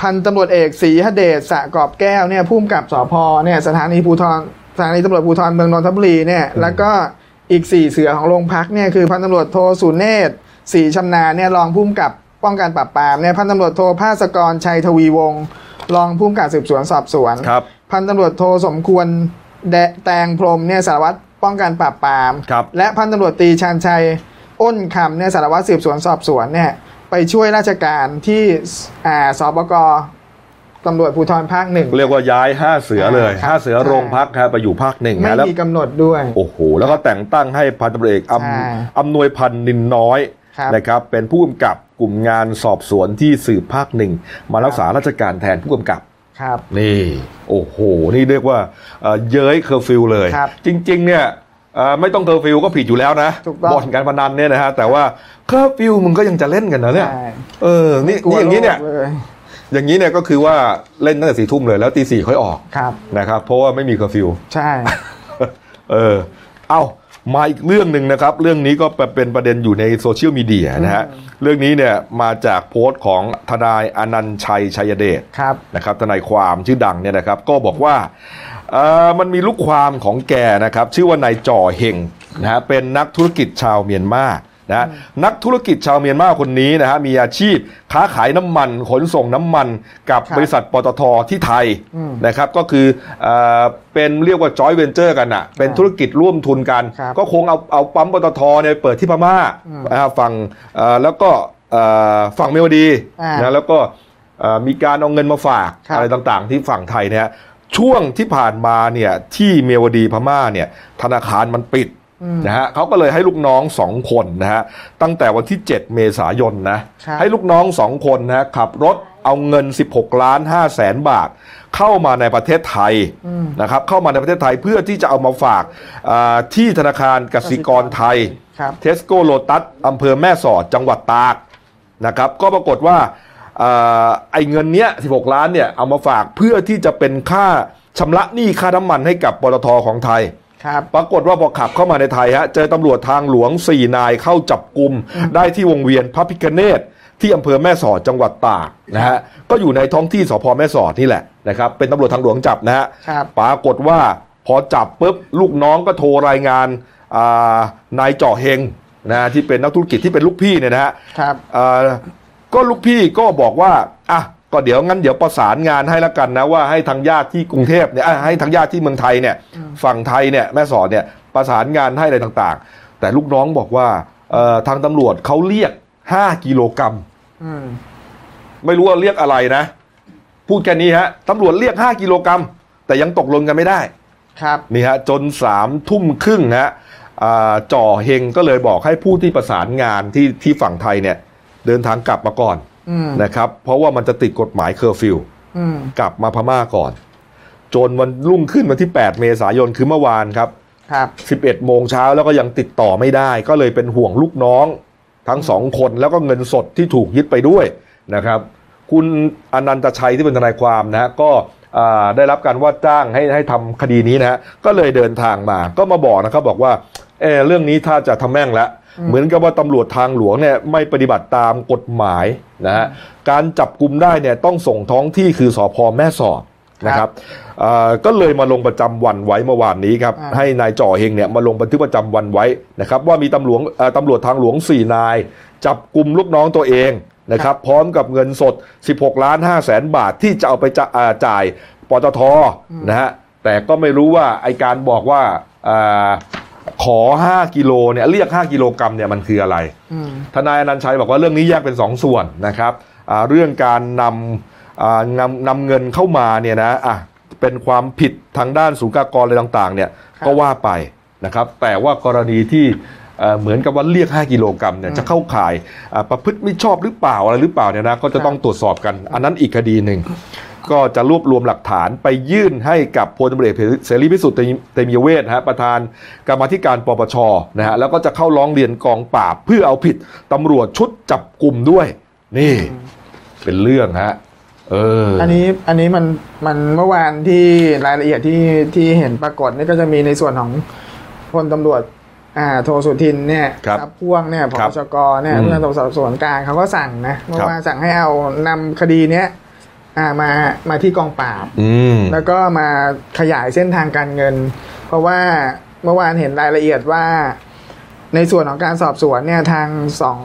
พันตำรวจเอกศรีหเดชสะกอบแก้วเนี่ยผู้กำกับสพเนี่ยสถานีภูธรสถานีตำรวจภูธรเมืองนนทบุรีเนี่ยแล้วก็อีกสี่เสือของโรงพักเนี่ยคือพันตำรวจโทสุเนศศรีชำนาญเนี่ยรองผู้กำกับป้องกันปราบปรามเนี่ยพันตำรวจโทภาสกรชัยทวีวงศ์รองผู้กำกับสืบสวนสอบสวน
ครับ
พันตำรวจโทสมควรแดแตงพรหมเนี่ยสารวัตรป้องกันปราบปราม
ครับ
และพันตำรวจตรีชาญชัย อ้นคำเนี่ยสารวัตรสืบสวนสอบสวนเนี่ยไปช่วยราชการที่สอ่าสบกตำรวจภูธรภาคหนึ่ง
เรียกว่าย้ายห้าเสือเลย
ครับ
ห้าเสือ
ใช่
โรงพักครับไปอยู่ภาคหนึ่ง
ไม่
นะแล้ว
มีกำหนดด้วย
โอ้โห แล้วก็แต่งตั้งให้พันตำรวจเอกอำ
ใช่
อำนวยพันธ์นินน้อย
ครับ
นะครับ เป็นผู้กำกับกลุ่มงานสอบสวนที่สืบภาคหนึ่งมารักษาราชการแทนผู้กำกับ
ครับ
นี่ โอ้โห นี่เรียกว่าเอ่อเย้ยเคอร์ฟิวเลย
ครับ
จริง ๆ เนี่ยเอ่อไม่ต้องเคอร์ฟิวก็ผิดอยู่แล้วนะ
ถูกต้อง
บ่อนการพนันเนี่ยนะฮะแต่ว่าเคอร์ฟิวมึงก็ยังจะเล่นกันนะเนี่ย
ใช่
เออนี่
กลั
นี่
ว
อย่างนี้เนี่ย
โรคเลย
อย่างนี้เนี่ยก็คือว่าเล่นตั้งแต่สี่ทุ่มเลยแล้วตีสี่ค่อยออก
ครับ
นะครับเพราะว่าไม่มีเคอร์ฟิว
ใช่
เออ เอามาอีกเรื่องหนึ่งนะครับ เรื่องนี้ก็เป็นประเด็นอยู่ในโซเชียลมีเดียนะฮะเรื่องนี้เนี่ยมาจากโพสต์ของทนายอนันต์ชัยชัยเดช
ครับ
นะครับทนายความชื่อดังเนี่ยนะครับ ก็บอกว่าเอ่อมันมีลูกความของแกนะครับ ชื่อว่านายจ่อเฮงนะฮะเป็นนักธุรกิจชาวเมียนมานะฮะนักธุรกิจชาวเมียนมาคนนี้นะฮะมีอาชีพค้าขายน้ำมันขนส่งน้ำมันกับ
ครับ
บริษัทปตทที่ไทย
อืม
นะครับก็คือเออเป็นเรียกว่าจอยเวนเจอร์กันอ่ะเป็นธุรกิจร่วมทุนกัน
ครับ
ก็คงเอาเอาปั๊มปตทเนี่ยเปิดที่พม่า
อืม
อ่าฝั่งเอ่อแล้วก็เอ่อฝั่งเมียวดี
อ่าน
นะ แล้วก็เอ่อมีการเอาเงินมาฝาก
ครับ
อะไรต่างๆ ที่ฝั่งไทยเนี่ยช่วงที่ผ่านมาเนี่ยที่เมียวดีพม่าเนี่ยธนาคารมันปิด
อืม
นะฮะเขาก็เลยให้ลูกน้องสองคนนะฮะตั้งแต่วันที่ 7 เมษายนนะครับ ให้ลูกน้องสองคนนะฮะขับรถเอาเงิน 16 ล้าน5แสนบาท เข้ามาในประเทศไทยนะครับเข้ามาในประเทศไทยเพื่อที่จะเอามาฝากเอ่อที่ธนาคารกสิกรไทย
ครับ
เทสโก้โลตัสอำเภอแม่สอดจังหวัดตากนะครับก็ปรากฏว่าเอ่อไอ้เงินเนี้ย 16 ล้านเนี่ยเอามาฝากเพื่อที่จะเป็นค่าชำระหนี้ค่าน้ำมันให้กับปตทของไทย
ครับ
ปรากฏว่าพอขับเข้ามาในไทยฮะเจอตำรวจทางหลวง 4 นายเข้าจับกลุ่มได้ที่วงเวียนพระพิคเนตที่อำเภอแม่สอดจังหวัดตากนะฮะก็อยู่ในท้องที่สพแม่สอดนี่แหละนะครับเป็นตำรวจทางหลวงจับนะฮะ
ครับ
ปรากฏว่าพอจับปุ๊บลูกน้องก็โทรรายงานอ่านายจ่อเฮงนะที่เป็นนักธุรกิจที่เป็นลูกพี่เนี่ยนะฮะ
ครับ
อ่าก็ลูกพี่ก็บอกว่าอ่ะก็เดี๋ยวงั้นเดี๋ยวประสานงานให้ละกันนะว่าให้ทางญาติที่กรุงเทพเนี่ยอ่ะให้ทางญาติที่เมืองไทยเนี่ยฝั่งไทยเนี่ยแม่สอดเนี่ยไป ประสานงานให้อะไรต่างๆ แต่ลูกน้องบอกว่าเอ่อทางตำรวจเขาเรียก 5 กิโลกรัม
อืม
ไม่รู้ว่าเรียกอะไรนะ พูดแค่นี้ฮะตำรวจเรียก 5 กิโลกรัม แต่ยังตกลงกันไม่ได้
ครับ
นี่ฮะจนสามทุ่มครึ่งฮะอ่าจ่อเฮงก็เลยบอกให้ผู้ที่ประสานงานที่ที่ฝั่งไทยเนี่ย เดินทางกลับมาก่อน
อืม
นะครับ เพราะว่ามันจะติดกฎหมายเคอร์ฟิว
อืม
กลับมาพม่าก่อน จนวันรุ่งขึ้นวันที่ 8 เมษายนคือเมื่อวานครับ
ครับ
11 โมงเช้าแล้วก็ยังติดต่อไม่ได้ ก็เลยเป็นห่วงลูกน้องทั้งสองคนแล้วก็เงินสดที่ถูกยึดไปด้วยนะครับ คุณอนันตชัยที่เป็นทนายความนะฮะก็อ่าได้รับการว่าจ้างให้ให้ทำคดีนี้นะฮะก็เลยเดินทางมาก็มาบอกนะครับบอกว่าเออเรื่องนี้ถ้าจะทำแม่งแล้วเหมือนกับว่าตำรวจทางหลวงเนี่ยไม่ปฏิบัติตามกฎหมายนะฮะการจับกลุ่มได้เนี่ยต้องส่งท้องที่คือสอพแม่สอดนะครับอ่าก็เลยมาลงประจำวันไว้เมื่อวานนี้ครับ
อ่า
ให้นายจ่อเฮงเนี่ยมาลงบันทึกประจำวันไว้นะครับว่ามีตำรวจเอ่อตำรวจทางหลวง 4 นาย จับกลุ่มลูกน้องตัวเองนะครับพร้อมกับเงินสด 16 ล้าน5แสนบาทที่จะเอาไปจะอ่าจ่ายปตทนะฮะแต่ก็ไม่รู้ว่าไอการบอกว่าอาขอ 5 กิโลเนี่ยเรียก 5 กิโลกรัมเนี่ยมันคืออะไร
อืม
ทนายอนันต์ชัยบอกว่าเรื่องนี้แยกเป็น 2 ส่วนนะครับอ่าเรื่องการนำอ่านำนำเงินเข้ามาเนี่ยนะอ่ะเป็นความผิดทางด้านสูงกากรอะไรต่างๆเนี่ย
ครับ
ก็ว่าไปนะครับ แต่ว่ากรณีที่เอ่อเหมือนกับว่าเรียก 5 กิโลกรัมเนี่ย
อืม
จะเข้าข่ายอ่าประพฤติไม่ชอบหรือเปล่าอะไรหรือเปล่าเนี่ยนะก็จะ
ครับ
ต้องตรวจสอบกัน อันนั้นอีกคดีหนึ่ง ก็จะรวบรวมหลักฐานไปยื่นให้กับพลตำรวจเอกเสรีพิสุทธิ์เตมียเวทฮะประธานกรรมาธิการปปชนะฮะแล้วก็จะเข้าร้องเรียนกองปราบเพื่อเอาผิดตำรวจชุดจับกลุ่มด้วย นี่ เป็นเรื่องฮะเออ
อั
อั
นนี้อันนี้มันมันเมื่อวานที่รายละเอียดที่ที่เห็นปรากฏนี่ก็จะมีในส่วนของพลตำรวจอ่าโทสุทินเนี่ย
ครับ
บพ่วงเนี่ยพ
ครับ
บชกเนี่ย
อืม
เพื่อนตำรวจสอบสวนกลางเขาก็สั่งนะเมื่อ
ครับ
วานสั่งให้เอานำคดีเนี้ยอ่ามามาที่กองปราบ
อืม
แล้วก็มาขยายเส้นทางการเงิน เพราะว่าเมื่อวานเห็นรายละเอียดว่า ในส่วนของการสอบสวนเนี่ยทางสอง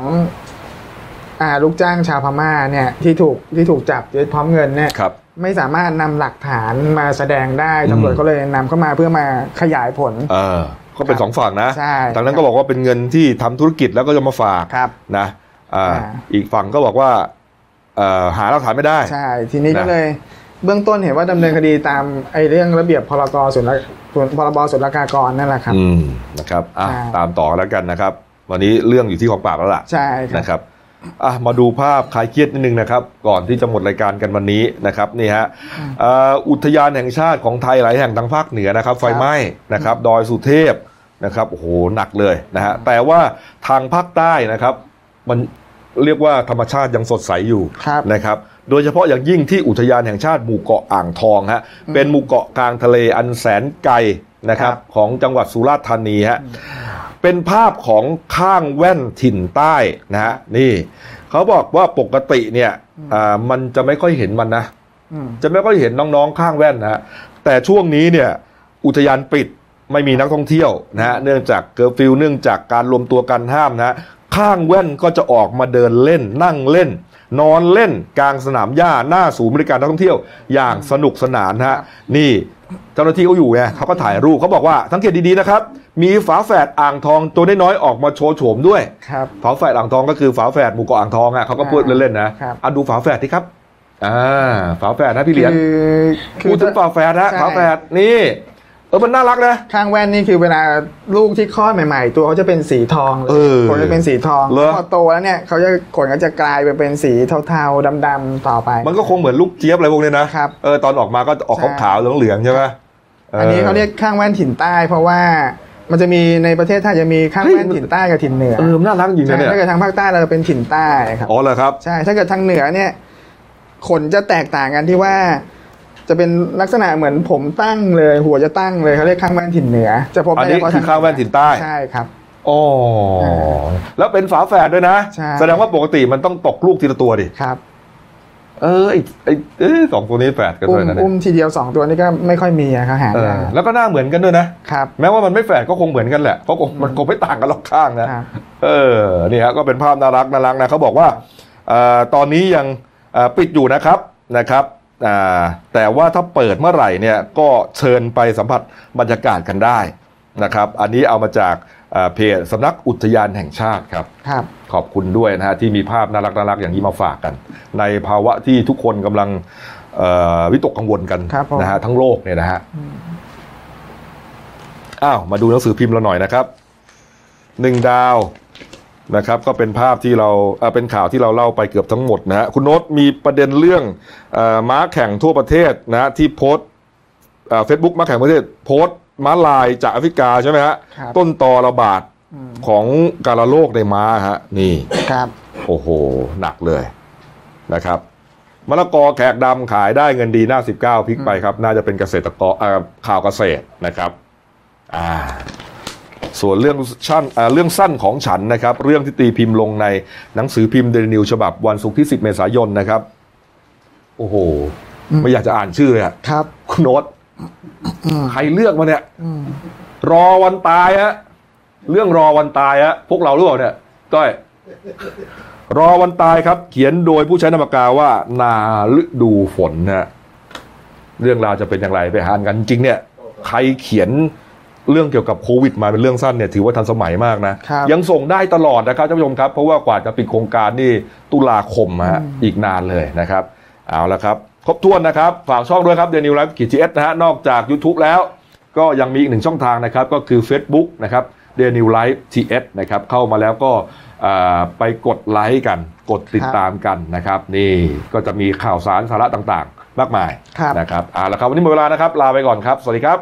อาลูกจ้างชาวพม่าเนี่ยที่ถูกที่ถูกจับยึดพร้อมเงินเนี่ย
ครับ
ไม่สามารถนำหลักฐานมาแสดงได้
อืม
ตำรวจก็เลยนำเข้ามาเพื่อมาขยายผล
เออก็เป็น
ครับ
สองฝั่งนะ
ใช่
ทางนั้นก็บอกว่าเป็นเงินที่ทำธุรกิจแล้วก็จะมาฝาก
ครับ
นะอ่า
อ่า
อีกฝั่งก็บอกว่าเอ่อหาหลักฐานไม่ได้
ใช่ ทีนี้ก็
นะ
เลย เบื้องต้นเห็นว่าดำเนินคดีตามไอ้เรื่องระเบียบพรกศุลกพรบศุลกากรนั่นแหละครับ
อืมนะครับอ่ะ
ใช่
ตามต่อกันแล้วกันนะครับ วันนี้เรื่องอยู่ที่กองปราบแล้วล่ะ
ใช่ครับ
นะครับอ่ะมาดูภาพคลายเครียดนิดนึงนะครับ ก่อนที่จะหมดรายการกันวันนี้นะครับนี่ฮะเอ่ออุทยานแห่งชาติของไทยหลายแห่งทางภาคเหนือนะครับ ไฟไหม้นะครับดอยสุเทพนะครับโอ้โหหนักเลยนะฮะแต่ว่าทางภาคใต้นะครับ มันเรียกว่าธรรมชาติยังสดใสอยู่
ครับ
นะครับ โดยเฉพาะอย่างยิ่งที่อุทยานแห่งชาติหมู่เกาะอ่างทองฮะเป็นหมู่เกาะกลางทะเลอันแสนไกลนะครับ
ครับ
ของจังหวัดสุราษฎร์ธานีฮะ เป็นภาพของข้างแว่นถิ่นใต้นะฮะนี่เขาบอกว่าปกติเนี่ยอ่ามันจะไม่ค่อยเห็นมันนะ
อืม
จะไม่ค่อยเห็นน้องๆข้างแว่นนะฮะแต่ช่วงนี้เนี่ยอุทยานปิดไม่มีนักท่องเที่ยวนะฮะเนื่องจากเกอร์ฟิวเนื่องจากการรวมตัวกันห้ามนะฮะข้างแว่นก็จะออกมาเดินเล่น นั่งเล่น นอนเล่นกลางสนามหญ้าหน้าศูนย์บริการนักท่องเที่ยวอย่างสนุกสนานนะฮะนี่เจ้าหน้าที่เขาอยู่ไงเขาก็ถ่ายรูปเขาบอกว่าสังเกตดีๆนะครับ มีฝาแฝดอ่างทองตัวน้อยๆออกมาโชว์โฉมด้วย
ครับ
ฝาแฝดอ่างทองก็คือฝาแฝดหมู่เกาะอ่างทองอ่ะเขาก็พูดเล่นๆนะครับ อ่ะดูฝาแฝดที่ครับอ่าฝาแฝดนะพี่เหรียญ
คือคื
พูดถึ
อ
งฝาแฝดฮะ
ใช่
ฝาแฝดนี่เออมันน่ารักนะ
ข้างแว่นนี่คือเวลาลูกที่คลอดใหม่ ๆ ตัวเขาจะเป็นสีทองเลย
เออ
ขนจะเป็นสีทอง
เหรอ
พอโตแล้วเนี่ยเขาจะขนก็จะกลายไปเป็นสีเทาๆดำๆต่อไป
มันก็คงเหมือนลูกเจี๊ยบอะไรพวกเนี้ยนะครับ เออตอนออกมาก็ออก
ใช่
ขาวๆเหลืองๆใช่ไหม
อันนี้เขาเรียกข้างแว่นถิ่นใต้ เพราะว่ามันจะมีในประเทศไทยจะมีข้างแว่นถิ่นใต้กับถิ่นเหนือ
เออมันน่ารักจริง
ใช่
นะเนี่ย
ถ้าเกิดทางภาคใต้เราเป็นถิ่นใต้ครับ
อ๋อเหรอครับ
ใช่ถ้าเกิดทางเหนือเนี่ยขนจะแตกต่างกันที่ว่า จะเป็นลักษณะเหมือนผมตั้งเลย หัวจะตั้งเลยเขาเรียกข้างแว่นถิ่นเหนือ จะพบ
อัน
ได้
นี้
เฉพาะ
คือข้างแว่นถิ่นใต้
ใช่ครับ
อ๋อแล้วเป็นฝาแฝดด้วยนะ
ใช่
แสดงว่าปกติมันต้องตกลูกทีละตัวดิ
ครับ
เออไอไอเออสองตัวนี้แฝดกัน
อุ้
ด้ว
ม
ยนะเนี่
อุ้
ย
มทีเดียวสองตัวนี่ก็ไม่ค่อยมีอะครับหา
เอ
ได้
อแล้วก็หน้าเหมือนกันด้วยนะ
ครับ
แม้ว่ามันไม่แฝดก็คงเหมือนกันแหละเพราะคงมันคงไม่ต่างกันหรอกข้างนะ
ครับ
เออนี่ฮะก็เป็นภาพน่ารักน่ารักนะเขาบอกว่าเออตอนนี้ยังเอ่อปิดอยู่นะครับนะครับอ่าแต่ว่าถ้าเปิดเมื่อไหร่เนี่ยก็เชิญไปสัมผัสบรรยากาศกันได้ นะครับ อันนี้เอามาจากเอ่อเพจสำนักอุทยานแห่งชาติครับ
ครับ
ขอบคุณด้วยนะฮะที่มีภาพน่ารักน่ารักอย่างนี้มาฝากกัน ในภาวะที่ทุกคนกำลังเอ่อวิตกกังวลกัน
ครับผม
นะฮะทั้งโลกเนี่ยนะฮะอ้าวมาดูหนังสือพิมพ์เราหน่อยนะครับหนึ่งดาวนะครับ ก็เป็นภาพที่เราเอ่อเป็นข่าวที่เราเล่าไปเกือบทั้งหมดนะฮะคุณโน้ตมีประเด็นเรื่องเออม้าแข่งทั่วประเทศนะฮะที่โพสเฟซบุ๊กม้าแข่งประเทศ โพสต์ม้าลายจากแอฟริกาใช่ไหมฮะ
ครับ
ต้นตอระบาดของการระโรคในม้าฮะนี่
ครับ
โอ้โห หนักเลยนะครับมะละกอแขกดำขายได้เงินดีหน้า 19พลิกไปครับ น่าจะเป็นเกษตรกรเอ่อข่าวเกษตรนะครับอ่าส่วนเรื่องชั้นเอ่อเรื่องสั้นของฉันนะครับ เรื่องที่ตีพิมพ์ลงในหนังสือพิมพ์เดลินิวฉบับวันศุกร์ที่ 10 เมษายนนะครับ โอ้โห
อืม
ไม่อยากจะอ่านชื่อเลยอะ
ครับ
คุณโนต
อืม
ใครเลือกมาเนี่ย
อืม
รอวันตายฮะเรื่องรอวันตายฮะพวกเราหรือเปล่าเนี่ยก้อยรอวันตายครับ เขียนโดยผู้ใช้นามปากกาว่า นาฤดูฝนนะฮะเรื่องราวจะเป็นอย่างไรไปหานกันจริงเนี่ย ใครเขียนเรื่องเกี่ยวกับโควิดมาเป็นเรื่องสั้นเนี่ยถือว่าทันสมัยมากนะ
ครับ
ยังส่งได้ตลอดนะครับท่านผู้ชมครับ เพราะว่ากว่าจะปิดโครงการนี่ตุลาคมฮะอีกนานเลยนะครับ เอาละครับ ครบถ้วนนะครับ ฝากช่องด้วยครับเดนิวไลฟ์กีจีเอสนะฮะนอกจาก YouTube แล้ว ก็ยังมีอีกหนึ่งช่องทางนะครับ ก็คือ Facebook นะครับเดนิวไลฟ์ทีเอสนะครับ เข้ามาแล้วก็อ่าไปกดไลค์กัน กดติดตามกันนะครับ นี่ก็จะมีข่าวสารสาระต่างๆ มากมาย
ครับ
นะครับเอาละครับวันนี้หมดเวลานะครับลาไปก่อนครับ สวัสดีครับ